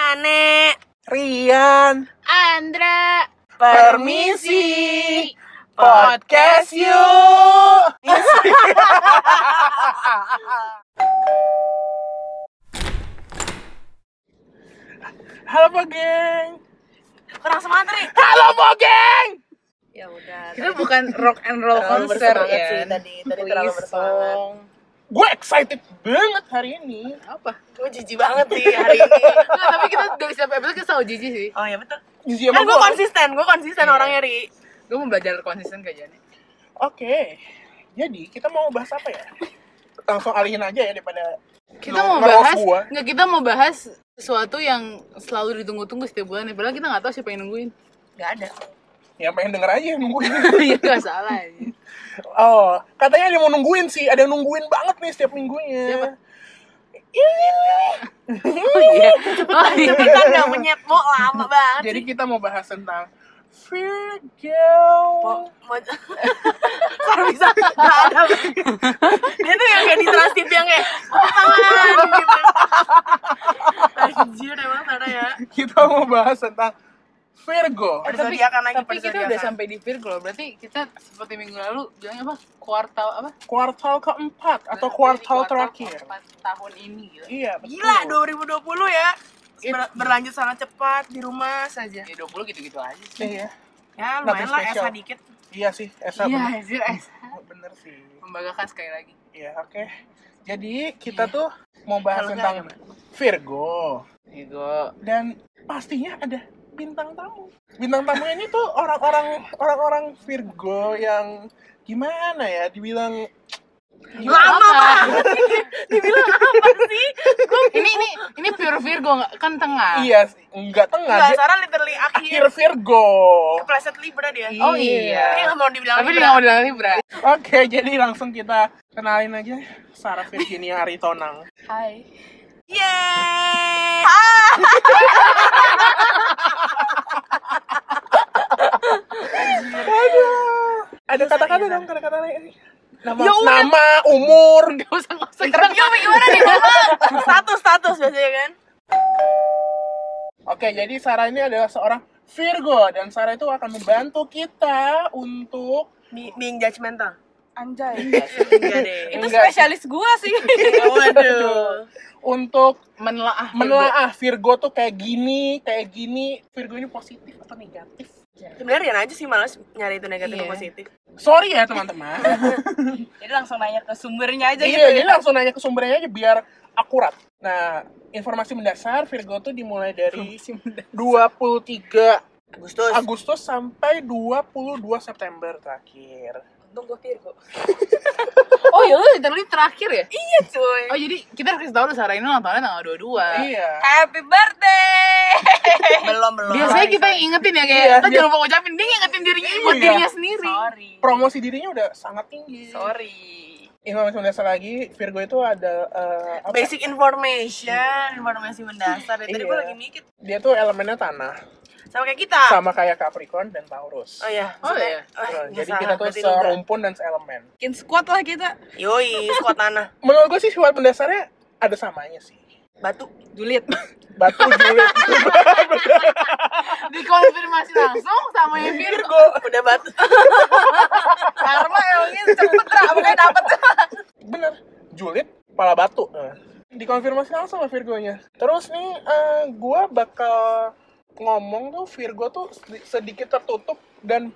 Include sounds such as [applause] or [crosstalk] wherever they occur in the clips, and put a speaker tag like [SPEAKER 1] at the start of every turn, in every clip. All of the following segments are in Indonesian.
[SPEAKER 1] Jane,
[SPEAKER 2] Rian,
[SPEAKER 1] Andra,
[SPEAKER 2] permisi. Podcast yuk. [laughs] Halo Pogeng.
[SPEAKER 1] Kurang semangat nih.
[SPEAKER 2] Halo Pogeng.
[SPEAKER 1] Ya udah.
[SPEAKER 3] Kita bukan rock and roll
[SPEAKER 1] Terlalu
[SPEAKER 3] konser
[SPEAKER 1] bersemangat
[SPEAKER 3] ya.
[SPEAKER 1] sih tadi. Tadi terlalu bersemangat.
[SPEAKER 2] Gue excited banget hari ini.
[SPEAKER 3] Apa?
[SPEAKER 1] Gue jijik banget sih hari ini.
[SPEAKER 3] Nggak, tapi kita dari setiap episode kita selalu jijik sih.
[SPEAKER 1] Oh ya betul.
[SPEAKER 2] Gizi
[SPEAKER 1] Kan
[SPEAKER 2] sama
[SPEAKER 1] gue
[SPEAKER 2] gua.
[SPEAKER 1] konsisten, gue konsisten orangnya Ri.
[SPEAKER 3] Gue mau belajar konsisten kayak Jani.
[SPEAKER 2] Oke. Jadi kita mau bahas apa ya? Langsung alihin aja ya daripada
[SPEAKER 3] Kita
[SPEAKER 2] lu
[SPEAKER 3] mau
[SPEAKER 2] ngeros
[SPEAKER 3] bahas,
[SPEAKER 2] gua.
[SPEAKER 3] nggak kita mau bahas sesuatu yang selalu ditunggu-tunggu setiap bulan. Padahal kita nggak tahu siapa yang
[SPEAKER 2] [laughs]
[SPEAKER 3] nungguin.
[SPEAKER 1] Gak ada.
[SPEAKER 2] Ya pengen denger aja yang nungguin.
[SPEAKER 3] Iya nggak salah. aja.
[SPEAKER 2] [laughs] Oh, katanya ada yang mau nungguin sih. Ada yang nungguin banget nih setiap minggunya.
[SPEAKER 3] Siapa?
[SPEAKER 2] Ih.
[SPEAKER 3] Iya. Oh, iya.
[SPEAKER 1] Cepetan dong menyet mau kan lama banget.
[SPEAKER 2] Jadi kita mau bahas tentang Virgo.
[SPEAKER 1] mau mau Sorry, bisa nggak ada dia tuh yang kayak di trans TV yang kayak tangan gitu anjir emang sana ya
[SPEAKER 2] Kita mau bahas tentang Virgo.
[SPEAKER 3] Tapi,
[SPEAKER 1] Persediaan lagi,
[SPEAKER 3] tapi kita
[SPEAKER 1] persediaan.
[SPEAKER 3] udah sampai di Virgo loh. Berarti kita seperti minggu lalu bilangnya apa? Kuartal apa?
[SPEAKER 2] Kuartal keempat atau
[SPEAKER 3] Berarti
[SPEAKER 2] kuartal terakhir.
[SPEAKER 3] keempat tahun ini gitu.
[SPEAKER 2] Iya, betul.
[SPEAKER 1] gila 2020 ya Ber- berlanjut sangat cepat di rumah saja
[SPEAKER 3] Ya 20 gitu-gitu aja sih.
[SPEAKER 2] Iya,
[SPEAKER 1] ya
[SPEAKER 2] Nothing
[SPEAKER 1] lumayan lah
[SPEAKER 2] special.
[SPEAKER 1] esa dikit
[SPEAKER 2] iya sih, Esa
[SPEAKER 3] Iya,
[SPEAKER 2] bener. Oh,
[SPEAKER 3] anjir, eh.
[SPEAKER 2] bener sih.
[SPEAKER 3] membanggakan sekali lagi.
[SPEAKER 2] Iya, oke. Jadi kita tuh mau bahas
[SPEAKER 1] Kalau
[SPEAKER 2] tentang
[SPEAKER 1] enggak
[SPEAKER 2] Virgo
[SPEAKER 3] Ego.
[SPEAKER 2] dan pastinya ada bintang tamu. Bintang tamunya ini tuh orang-orang orang-orang Virgo yang gimana ya dibilang
[SPEAKER 3] Iya.
[SPEAKER 1] lama banget [laughs] dibilang apa sih
[SPEAKER 3] ini ini ini pure Virgo nggak kan tengah.
[SPEAKER 2] iya enggak tengah
[SPEAKER 1] nggak
[SPEAKER 2] dia
[SPEAKER 1] Sarah literally
[SPEAKER 2] akhir
[SPEAKER 1] akhir
[SPEAKER 2] Virgo.
[SPEAKER 1] kepleset libra dia
[SPEAKER 3] Oh iya.
[SPEAKER 1] dia nggak mau dibilang
[SPEAKER 3] Tapi dia
[SPEAKER 1] libra
[SPEAKER 3] nggak mau bilang Libra.
[SPEAKER 2] Oke, jadi langsung kita kenalin aja Sarah Virginia Aritonang.
[SPEAKER 3] Hai.
[SPEAKER 1] yeay Ah,
[SPEAKER 2] Aduh. Ada kata-kata dong, kata-kata lain. Nama,
[SPEAKER 1] Ya udah.
[SPEAKER 2] nama, umur.
[SPEAKER 3] Gak usah nggak usah.
[SPEAKER 1] interview apa gimana nih Mama? status status biasanya kan
[SPEAKER 2] Oke, jadi Sarah ini adalah seorang Virgo dan Sarah itu akan membantu kita untuk
[SPEAKER 1] Be- being judgmental
[SPEAKER 3] Anjay.
[SPEAKER 1] Enggak deh.
[SPEAKER 2] Itu Enggak. spesialis
[SPEAKER 3] gua
[SPEAKER 2] [laughs]
[SPEAKER 3] sih.
[SPEAKER 1] Waduh.
[SPEAKER 2] untuk
[SPEAKER 3] Menelaah. Virgo.
[SPEAKER 2] menelaah ah, Virgo tuh kayak gini, kayak gini. Virgo ini positif atau negatif?
[SPEAKER 1] Sebenarnya Rian aja sih malas nyari itu negatif
[SPEAKER 3] Iya.
[SPEAKER 1] atau positif.
[SPEAKER 2] Sorry ya teman-teman.
[SPEAKER 1] [laughs] Jadi langsung nanya ke sumbernya aja gitu ya.
[SPEAKER 2] iya, jadi langsung nanya ke sumbernya aja biar akurat. Nah, informasi mendasar Virgo tuh dimulai dari 23
[SPEAKER 1] Agustus.
[SPEAKER 2] Agustus sampai 22 September terakhir.
[SPEAKER 1] Untung gue Virgo.
[SPEAKER 3] Oh iya lu literally terakhir ya?
[SPEAKER 1] Iya cuy.
[SPEAKER 3] Oh jadi kita harus kasih tahu Sarah ini ulang tahunnya tanggal 22
[SPEAKER 2] Iya.
[SPEAKER 1] Happy birthday. belum belum.
[SPEAKER 3] Biasanya kita yang ingetin ya kayak
[SPEAKER 2] Iya,
[SPEAKER 3] kita
[SPEAKER 2] dia-
[SPEAKER 3] jangan lupa ngucapin dia ngingetin dirinya buat
[SPEAKER 2] Iya.
[SPEAKER 3] dirinya sendiri.
[SPEAKER 1] Sorry.
[SPEAKER 2] Promosi dirinya udah sangat tinggi.
[SPEAKER 1] Sorry.
[SPEAKER 2] Informasi mendasar lagi, Virgo itu ada eh, apa?
[SPEAKER 1] Basic information, informasi mendasar. Dari Tadi
[SPEAKER 2] Iya.
[SPEAKER 1] gue lagi mikir
[SPEAKER 2] Dia tuh elemennya tanah,
[SPEAKER 1] sama kayak kita.
[SPEAKER 2] sama kayak Capricorn dan Taurus.
[SPEAKER 1] Ah. Oh iya.
[SPEAKER 3] Oh, iya.
[SPEAKER 1] Oh,
[SPEAKER 2] Nah,
[SPEAKER 1] nggak
[SPEAKER 2] jadi
[SPEAKER 1] salah,
[SPEAKER 2] kita tuh
[SPEAKER 1] berarti lu nggak.
[SPEAKER 2] serumpun dan seelemen.
[SPEAKER 3] Bikin squad lah kita.
[SPEAKER 1] Yoi, squad tanah.
[SPEAKER 2] Menurut gue sih sifat mendasarnya ada samanya sih.
[SPEAKER 1] Batu.
[SPEAKER 3] Juliet.
[SPEAKER 2] Batu julid
[SPEAKER 3] Dikonfirmasi langsung sama yang Virgo.
[SPEAKER 1] [laughs] Virgo. Udah batu. Karma
[SPEAKER 3] ya,
[SPEAKER 1] emangnya cepet lah, makanya dapet.
[SPEAKER 2] Bener, julid kepala batu. Nah, Dikonfirmasi langsung sama Virgonya. Terus nih, eh, gua bakal ngomong tuh Virgo tuh sedi- sedikit tertutup dan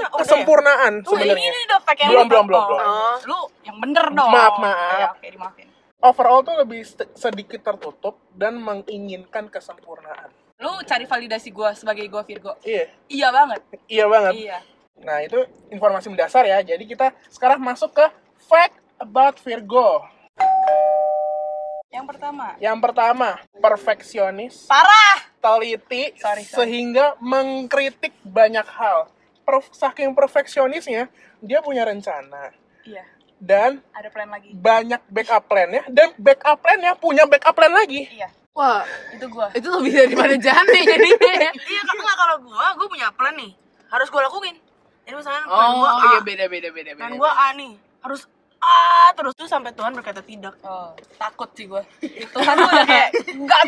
[SPEAKER 1] ini udah ya?
[SPEAKER 2] kesempurnaan
[SPEAKER 1] Tuh, ini,
[SPEAKER 2] sebenarnya.
[SPEAKER 1] ini udah pakai yang
[SPEAKER 2] Belum,
[SPEAKER 1] ini.
[SPEAKER 2] belum, belum,
[SPEAKER 1] Oh.
[SPEAKER 2] belum.
[SPEAKER 1] Oh.
[SPEAKER 4] lu yang bener dong
[SPEAKER 2] Maaf, maaf.
[SPEAKER 3] Iya,
[SPEAKER 4] ya, oke dimaafin
[SPEAKER 2] Overall tuh lebih st- sedikit tertutup dan menginginkan kesempurnaan.
[SPEAKER 4] lu cari validasi gua sebagai gua Virgo
[SPEAKER 2] Iya,
[SPEAKER 4] iya banget
[SPEAKER 2] iya banget.
[SPEAKER 4] iya
[SPEAKER 2] Nah, itu informasi mendasar ya. Jadi kita sekarang masuk ke fact about Virgo.
[SPEAKER 3] Iya.
[SPEAKER 4] yang pertama
[SPEAKER 2] Yang pertama, perfeksionis,
[SPEAKER 4] parah
[SPEAKER 2] teliti,
[SPEAKER 4] Sorry, sorry.
[SPEAKER 2] sehingga mengkritik banyak hal. Per- saking perfeksionisnya, dia punya rencana
[SPEAKER 4] iya
[SPEAKER 2] dan
[SPEAKER 4] ada plan lagi
[SPEAKER 2] banyak backup plan-nya dan backup plan-nya punya backup plan lagi.
[SPEAKER 4] iya
[SPEAKER 3] Wah,
[SPEAKER 4] itu gua
[SPEAKER 3] itu lebih daripada Jani jadinya. ya.
[SPEAKER 1] Iya, kan enggak kalau gua, gua punya plan nih. Harus gua lakuin. Jadi misalnya plan
[SPEAKER 3] Oh,
[SPEAKER 1] gua A,
[SPEAKER 3] iya beda beda beda beda.
[SPEAKER 1] plan gua A nih. Harus A ah terus tuh sampai Tuhan berkata tidak.
[SPEAKER 4] Oh, takut sih
[SPEAKER 1] [laughs]
[SPEAKER 4] gue. Tuhan tuh udah kayak enggak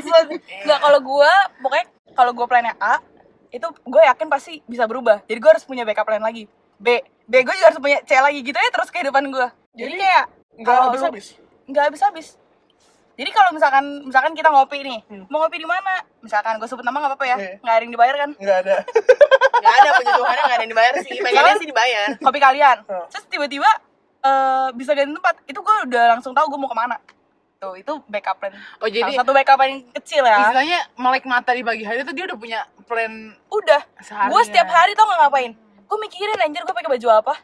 [SPEAKER 4] enggak kalau gue pokoknya kalau gue plannya A itu gue yakin pasti bisa berubah. Jadi gue harus punya backup plan lagi. B, B gue juga harus punya C lagi gitu ya terus kehidupan gue. Jadi,
[SPEAKER 2] Jadi,
[SPEAKER 4] kayak
[SPEAKER 2] Nggak
[SPEAKER 4] kalau lu-
[SPEAKER 2] habis-habis.
[SPEAKER 4] nggak habis habis. Jadi kalau misalkan misalkan kita ngopi nih, mau ngopi di mana? Misalkan gue sebut nama nggak apa-apa ya,
[SPEAKER 2] Iya.
[SPEAKER 4] nggak ada yang dibayar kan?
[SPEAKER 2] Nggak ada. [laughs]
[SPEAKER 1] Gak ada puji Tuhan gak ada yang dibayar sih. Pengennya sih dibayar.
[SPEAKER 4] Kopi kalian.
[SPEAKER 2] Iya.
[SPEAKER 4] Terus tiba-tiba eh, bisa ganti tempat. Itu gue udah langsung tahu gue mau kemana. Tuh itu backup plan.
[SPEAKER 3] Oh jadi
[SPEAKER 4] Salah satu backup plan yang kecil ya.
[SPEAKER 3] istilahnya melek mata di pagi hari tuh dia udah punya plan
[SPEAKER 4] udah
[SPEAKER 3] seharian.
[SPEAKER 4] gue setiap hari tau gak ngapain gue mikirin anjir gue pakai baju apa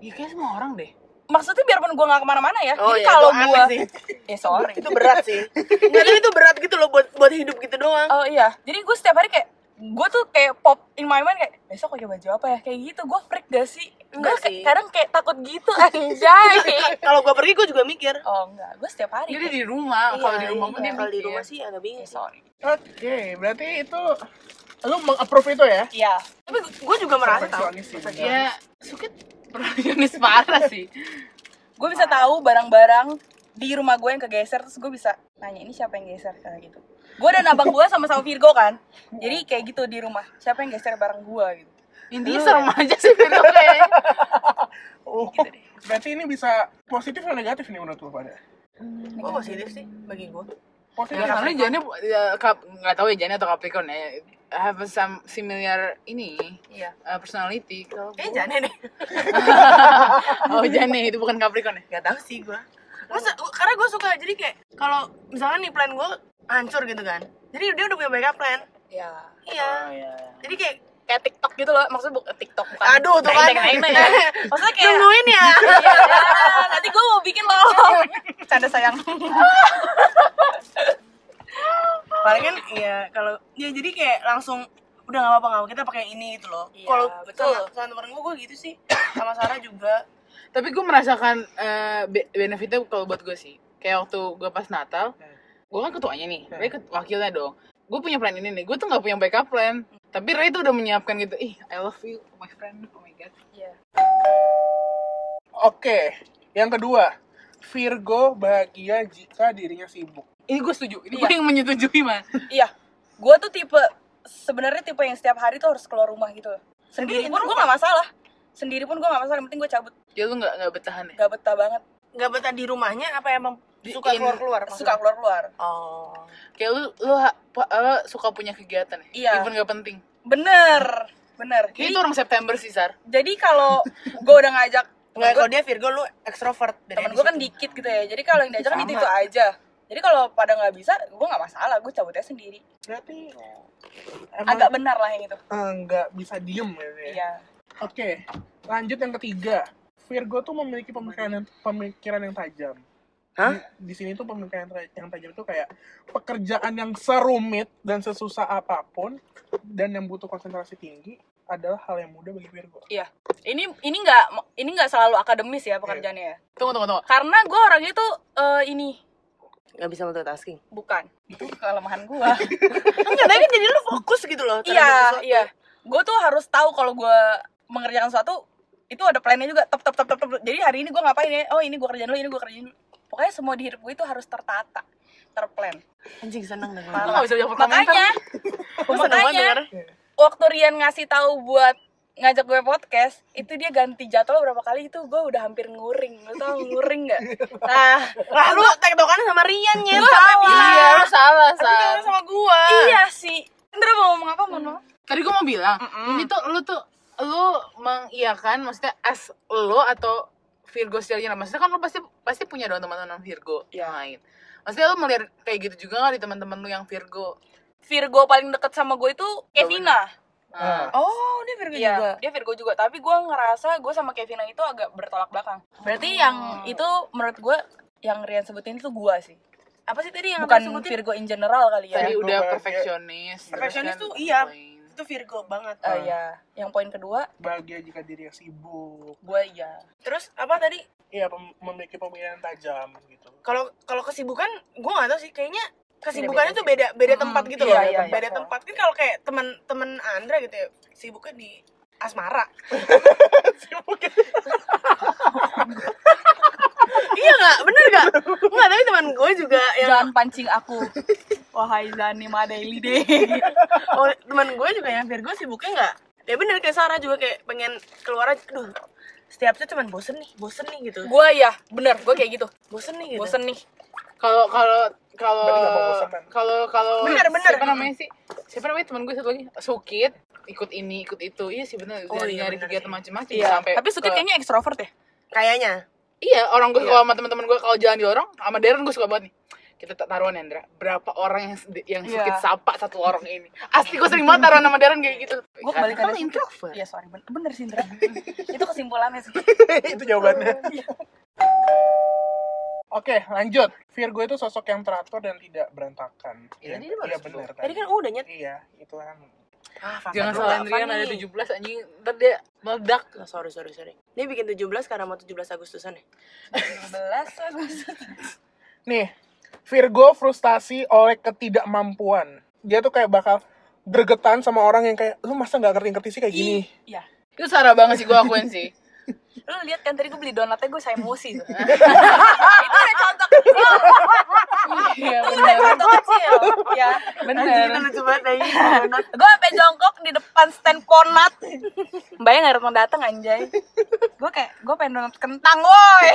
[SPEAKER 3] Ya kayaknya semua orang deh.
[SPEAKER 4] maksudnya biarpun gue gak kemana-mana ya
[SPEAKER 1] Oh,
[SPEAKER 4] jadi
[SPEAKER 1] iya,
[SPEAKER 4] kalau
[SPEAKER 1] itu aneh
[SPEAKER 4] gue
[SPEAKER 1] sih.
[SPEAKER 4] [laughs] ya sorry
[SPEAKER 1] Itu berat sih. Nggak tapi itu berat gitu loh buat buat hidup gitu doang.
[SPEAKER 4] oh iya jadi gue setiap hari kayak gue tuh kayak pop in my mind kayak besok pakai baju apa ya kayak gitu gue freak gak sih gue
[SPEAKER 1] Enggak
[SPEAKER 4] kayak-
[SPEAKER 1] sih.
[SPEAKER 4] kadang kayak takut gitu
[SPEAKER 1] [laughs]
[SPEAKER 4] [laughs] anjay
[SPEAKER 1] Kalau gue pergi gue juga mikir.
[SPEAKER 4] oh enggak gue setiap hari
[SPEAKER 3] Jadi dia di rumah, kalau di
[SPEAKER 1] Iya,
[SPEAKER 3] rumah pun
[SPEAKER 1] iya.
[SPEAKER 3] dia
[SPEAKER 1] kalau di
[SPEAKER 3] mikir.
[SPEAKER 1] rumah sih agak bingung.
[SPEAKER 4] kayak, ya sorry
[SPEAKER 2] Oke, berarti itu lu meng-approve itu ya?
[SPEAKER 4] iya
[SPEAKER 1] Tapi gue juga merasa tau.
[SPEAKER 2] Perfeksionis sih.
[SPEAKER 3] Ya, suket perfeksionis parah sih.
[SPEAKER 4] gue bisa tahu barang-barang di rumah gue yang kegeser terus gue bisa nanya ini siapa yang geser kayak gitu gue dan abang gue sama-sama Virgo kan jadi kayak gitu di rumah siapa yang geser barang gue gitu
[SPEAKER 3] Intinya
[SPEAKER 1] Iya.
[SPEAKER 3] serem aja sih ya. Vero kayaknya.
[SPEAKER 2] Oh, berarti ini bisa positif atau negatif nih menurut lu pada?
[SPEAKER 1] Gue positif sih bagi gue. Iya,
[SPEAKER 2] Positif.
[SPEAKER 4] Iya,
[SPEAKER 3] Ya, karena Jane ya, kap- nggak tahu ya Jane atau Capricorn ya have a some similar ini
[SPEAKER 1] Iya.
[SPEAKER 3] uh, personality. [laughs] Kalau
[SPEAKER 1] Eh jangan deh. [laughs]
[SPEAKER 3] gua- oh Jane itu bukan Capricorn ya.
[SPEAKER 1] Gak tau sih gue. karena gue suka jadi kayak kalau misalkan nih plan gue hancur gitu kan. Jadi dia udah punya backup plan.
[SPEAKER 4] ya
[SPEAKER 1] Iya. Jadi kayak
[SPEAKER 4] kayak TikTok gitu loh maksudnya bu- TikTok bukan
[SPEAKER 1] aduh tuh kan.
[SPEAKER 4] ya.
[SPEAKER 1] [laughs]
[SPEAKER 4] maksudnya kayak
[SPEAKER 1] Tungguin ya.
[SPEAKER 4] Iya, nanti gue mau bikin loh canda
[SPEAKER 1] [laughs]
[SPEAKER 4] sayang
[SPEAKER 1] Palingan iya kalau ya jadi kayak langsung udah nggak apa-apa nggak apa kita pakai ini itu loh.
[SPEAKER 4] Iya,
[SPEAKER 1] kalau
[SPEAKER 4] betul.
[SPEAKER 1] sama, sama temen gue gue gitu sih sama Sarah juga.
[SPEAKER 3] Tapi gue merasakan uh, be- benefitnya kalau buat gue sih. Kayak waktu gue pas Natal,
[SPEAKER 4] Hmm.
[SPEAKER 3] gue kan ketuanya nih, Ray ket- wakilnya dong. Gue punya plan ini nih, gue tuh nggak punya backup plan. Tapi Ray tuh udah menyiapkan gitu, ih I love you, my friend, oh my god.
[SPEAKER 4] Iya.
[SPEAKER 2] Oke, yang kedua, Virgo bahagia jika dirinya sibuk.
[SPEAKER 3] Ini gue setuju, ini gue yang menyetujui mas.
[SPEAKER 4] iya gue tuh tipe sebenarnya tipe yang setiap hari tuh harus keluar rumah gitu loh. sendiri pun gue gak masalah sendiri pun gue gak masalah yang penting gue cabut
[SPEAKER 3] Jadi lu nggak nggak bertahan ya?
[SPEAKER 4] gak betah banget
[SPEAKER 1] Nggak betah di rumahnya apa emang
[SPEAKER 3] Di-
[SPEAKER 1] suka
[SPEAKER 3] in-
[SPEAKER 1] keluar keluar
[SPEAKER 4] suka keluar keluar
[SPEAKER 1] Oh.
[SPEAKER 3] Kayak lu lu ha- pa- apa, suka punya kegiatan ya?
[SPEAKER 4] Iya.
[SPEAKER 3] Even nggak penting.
[SPEAKER 4] bener bener
[SPEAKER 3] Kayak itu orang September sih, Sar.
[SPEAKER 4] jadi kalau gue udah ngajak
[SPEAKER 1] [laughs] Nggak kalau dia Virgo lu ekstrovert.
[SPEAKER 4] temen
[SPEAKER 1] bedanya
[SPEAKER 4] gue
[SPEAKER 1] di
[SPEAKER 4] kan
[SPEAKER 1] situ.
[SPEAKER 4] dikit gitu ya jadi kalau yang diajak kan
[SPEAKER 1] Sama.
[SPEAKER 4] itu aja jadi kalau pada nggak bisa gue nggak masalah gue cabutnya sendiri
[SPEAKER 2] Berarti emang
[SPEAKER 4] agak benar lah yang itu
[SPEAKER 2] eh, nggak bisa diem gitu ya.
[SPEAKER 4] iya
[SPEAKER 2] Oke, lanjut yang ketiga. Virgo tuh memiliki pemikiran yang, pemikiran yang tajam.
[SPEAKER 1] Hah?
[SPEAKER 2] Di, di sini tuh pemikiran tra- yang tajam itu kayak pekerjaan yang serumit dan sesusah apapun dan yang butuh konsentrasi tinggi adalah hal yang mudah bagi Virgo.
[SPEAKER 4] iya ini ini nggak ini nggak selalu akademis ya pekerjaannya
[SPEAKER 1] Iya.
[SPEAKER 4] ya
[SPEAKER 3] Tunggu, tunggu, tunggu.
[SPEAKER 4] karena gue orangnya tuh eh, ini
[SPEAKER 1] Nggak bisa multitasking.
[SPEAKER 4] bukan itu kelemahan gue
[SPEAKER 1] Enggak, tapi kan jadi lu fokus gitu loh.
[SPEAKER 4] iya
[SPEAKER 1] terhadap sesuatu. ya?
[SPEAKER 4] iya gue tuh harus tahu kalau gue mengerjakan sesuatu itu ada plannya juga top top top top, top. jadi hari ini gue ngapain ya oh ini gue kerjain dulu ini gue kerjain dulu pokoknya semua di hidup gue itu harus tertata terplan
[SPEAKER 1] Anjing seneng deh.
[SPEAKER 3] Lu
[SPEAKER 4] Parah.
[SPEAKER 3] nggak bisa jawab komentar.
[SPEAKER 4] makanya
[SPEAKER 1] Gue seneng banget
[SPEAKER 4] [laughs] makanya
[SPEAKER 1] dengarnya.
[SPEAKER 4] waktu Rian ngasih tahu buat ngajak gue podcast itu dia ganti jadwal berapa kali itu gue udah hampir nguring lu tau nguring nggak nah
[SPEAKER 1] Lah lu tektokan Ah. sama Rian ya.
[SPEAKER 4] [laughs] Lu sampai bilang.
[SPEAKER 3] Iya, lu salah, Sar.
[SPEAKER 1] Tektokan sama gua.
[SPEAKER 4] iya Hmm. sih Indra mau ngomong apa mau ngomong
[SPEAKER 3] Tadi gue mau bilang, ini tuh lu tuh lu mengiyakan maksudnya as lo atau Virgo secara maksudnya kan lu pasti pasti punya dong teman-teman Virgo
[SPEAKER 1] Iya.
[SPEAKER 3] yang lain. Maksudnya lu melihat kayak gitu juga nggak di teman-teman lu yang Virgo?
[SPEAKER 4] Virgo paling deket sama gue itu Kevina
[SPEAKER 3] Nah,
[SPEAKER 4] Ah.
[SPEAKER 1] Oh, dia Virgo
[SPEAKER 4] Iya,
[SPEAKER 1] juga.
[SPEAKER 4] dia Virgo juga. Tapi gue ngerasa gue sama Kevina itu agak bertolak belakang. Hmm. Berarti yang itu menurut gue yang Rian sebutin itu gue sih.
[SPEAKER 1] Apa sih tadi yang
[SPEAKER 4] Bukan
[SPEAKER 1] lu sebutin?
[SPEAKER 4] Virgo in general kali
[SPEAKER 1] Iya,
[SPEAKER 4] ya.
[SPEAKER 3] Tadi
[SPEAKER 2] Virgo
[SPEAKER 3] udah
[SPEAKER 2] bahagia.
[SPEAKER 3] perfeksionis. terus
[SPEAKER 1] Perfeksionis
[SPEAKER 3] kan
[SPEAKER 1] tuh iya.
[SPEAKER 3] lain.
[SPEAKER 1] Itu Virgo banget.
[SPEAKER 4] Eh, ya, yang poin kedua
[SPEAKER 2] Bahagia jika dirinya sibuk.
[SPEAKER 4] gue ya.
[SPEAKER 1] Terus apa tadi?
[SPEAKER 2] Iya, pem- memiliki pemikiran tajam gitu.
[SPEAKER 1] Kalau kalau kesibukan gua nggak tahu sih kayaknya kesibukannya tuh beda beda tempat gitu
[SPEAKER 4] iya,
[SPEAKER 1] loh.
[SPEAKER 4] iya, iya,
[SPEAKER 1] beda
[SPEAKER 4] iya.
[SPEAKER 1] tempat. Kan kalau kayak teman-teman Andra gitu ya, sibuknya di asmara.
[SPEAKER 2] Sibuk
[SPEAKER 1] iya nggak bener nggak nggak tapi teman gue juga yang
[SPEAKER 4] Jangan pancing aku. Wahai Zani Madaili deh.
[SPEAKER 1] oh, teman gue juga yang Virgo sibuknya nggak ya bener kayak Sarah juga kayak pengen keluar aja aduh setiap itu cuman bosen nih bosen nih gitu
[SPEAKER 4] Gua ya, bener. Gue kayak gitu.
[SPEAKER 1] bosen nih gitu
[SPEAKER 4] Bosen nih.
[SPEAKER 3] Kalau kalau kalau
[SPEAKER 2] Berarti nggak bosan-bosan.
[SPEAKER 3] kalau kalau
[SPEAKER 1] Bener, bener.
[SPEAKER 3] siapa namanya sih? Siapa namanya teman gue satu lagi? Sukit ikut ini ikut itu iya sih bener
[SPEAKER 1] Oh,
[SPEAKER 3] nyari,
[SPEAKER 1] iya,
[SPEAKER 3] nyari
[SPEAKER 1] bener
[SPEAKER 3] kegiatan
[SPEAKER 1] sih.
[SPEAKER 3] macam-macam
[SPEAKER 4] Iya.
[SPEAKER 3] sampai
[SPEAKER 4] Tapi Sukit
[SPEAKER 3] ke-
[SPEAKER 4] kayaknya ekstrovert ya.
[SPEAKER 1] kayaknya
[SPEAKER 3] Iya, orang gue kalau sama teman-teman gue kalau jalan di lorong sama Darren gue suka banget nih. Kita ta- taruhan ya, Andra. Berapa orang yang sedi- yang
[SPEAKER 4] Iya.
[SPEAKER 3] sedikit sapa satu lorong ini? Asli gue sering banget taruhan sama Darren kayak gitu.
[SPEAKER 4] Gue kembali
[SPEAKER 3] Kan
[SPEAKER 4] ke
[SPEAKER 3] introvert.
[SPEAKER 4] Iya, sorry. Bener, bener sih, Indra. Itu kesimpulannya sih.
[SPEAKER 2] itu jawabannya. Oke, lanjut. Virgo itu sosok yang teratur dan tidak berantakan. Iya,
[SPEAKER 3] Iya, ini bagus
[SPEAKER 2] iya
[SPEAKER 3] tuh.
[SPEAKER 2] benar.
[SPEAKER 1] tadi kan udah nyet
[SPEAKER 2] Iya, itu kan.
[SPEAKER 1] ah, fakta
[SPEAKER 3] Jangan
[SPEAKER 1] dulu,
[SPEAKER 3] salah
[SPEAKER 1] apa
[SPEAKER 3] Andrian ada
[SPEAKER 1] nih?
[SPEAKER 3] 17 anjing, ntar dia meledak.
[SPEAKER 1] Oh, sorry sorry sorry dia bikin 17 karena mau 17 Agustusan ya
[SPEAKER 4] 17 Agustus.
[SPEAKER 2] Nih, Virgo frustasi oleh ketidakmampuan. Dia tuh kayak bakal gregetan sama orang yang kayak lu masa nggak ngerti-ngerti sih kayak gini.
[SPEAKER 4] Iya.
[SPEAKER 3] Itu Sarah banget sih gue akuin sih.
[SPEAKER 4] Lu lihat kan tadi gue beli donatnya gue saya [laughs] emosi. itu udah contoh kecil.
[SPEAKER 3] Iya,
[SPEAKER 4] Itu udah contoh kecil. Ya.
[SPEAKER 1] Anjing, itu Iya, lucu banget anjing.
[SPEAKER 4] Gue sampai jongkok di depan stand konat. Mbaknya nggak datang datang anjay. Gue kayak gue pengen donat kentang woi.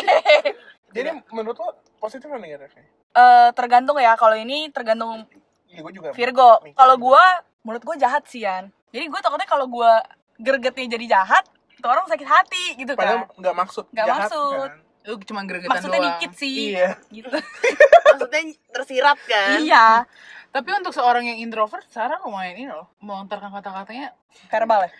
[SPEAKER 2] Jadi menurut lo positif atau negatifnya?
[SPEAKER 4] Eh, tergantung ya kalau ini tergantung
[SPEAKER 2] Iya, gue juga.
[SPEAKER 4] Virgo.
[SPEAKER 2] mikir.
[SPEAKER 4] Kalau gue menurut gue jahat sih Yan. Jadi gue takutnya kalau gue gergetnya jadi jahat, itu orang sakit hati gitu
[SPEAKER 2] padahal
[SPEAKER 4] kan.
[SPEAKER 2] nggak maksud.
[SPEAKER 4] Nggak
[SPEAKER 2] jahat,
[SPEAKER 4] maksud.
[SPEAKER 2] kan?
[SPEAKER 3] [laughs] Lu cuma gregetan
[SPEAKER 4] Maksudnya
[SPEAKER 3] doang.
[SPEAKER 4] dikit sih.
[SPEAKER 2] Iya.
[SPEAKER 4] Gitu.
[SPEAKER 1] maksudnya tersirat kan
[SPEAKER 4] iya.
[SPEAKER 3] Tapi untuk seorang yang introvert, Sarah lumayan ini loh. Melontarkan kata-katanya.
[SPEAKER 4] Verbal ya?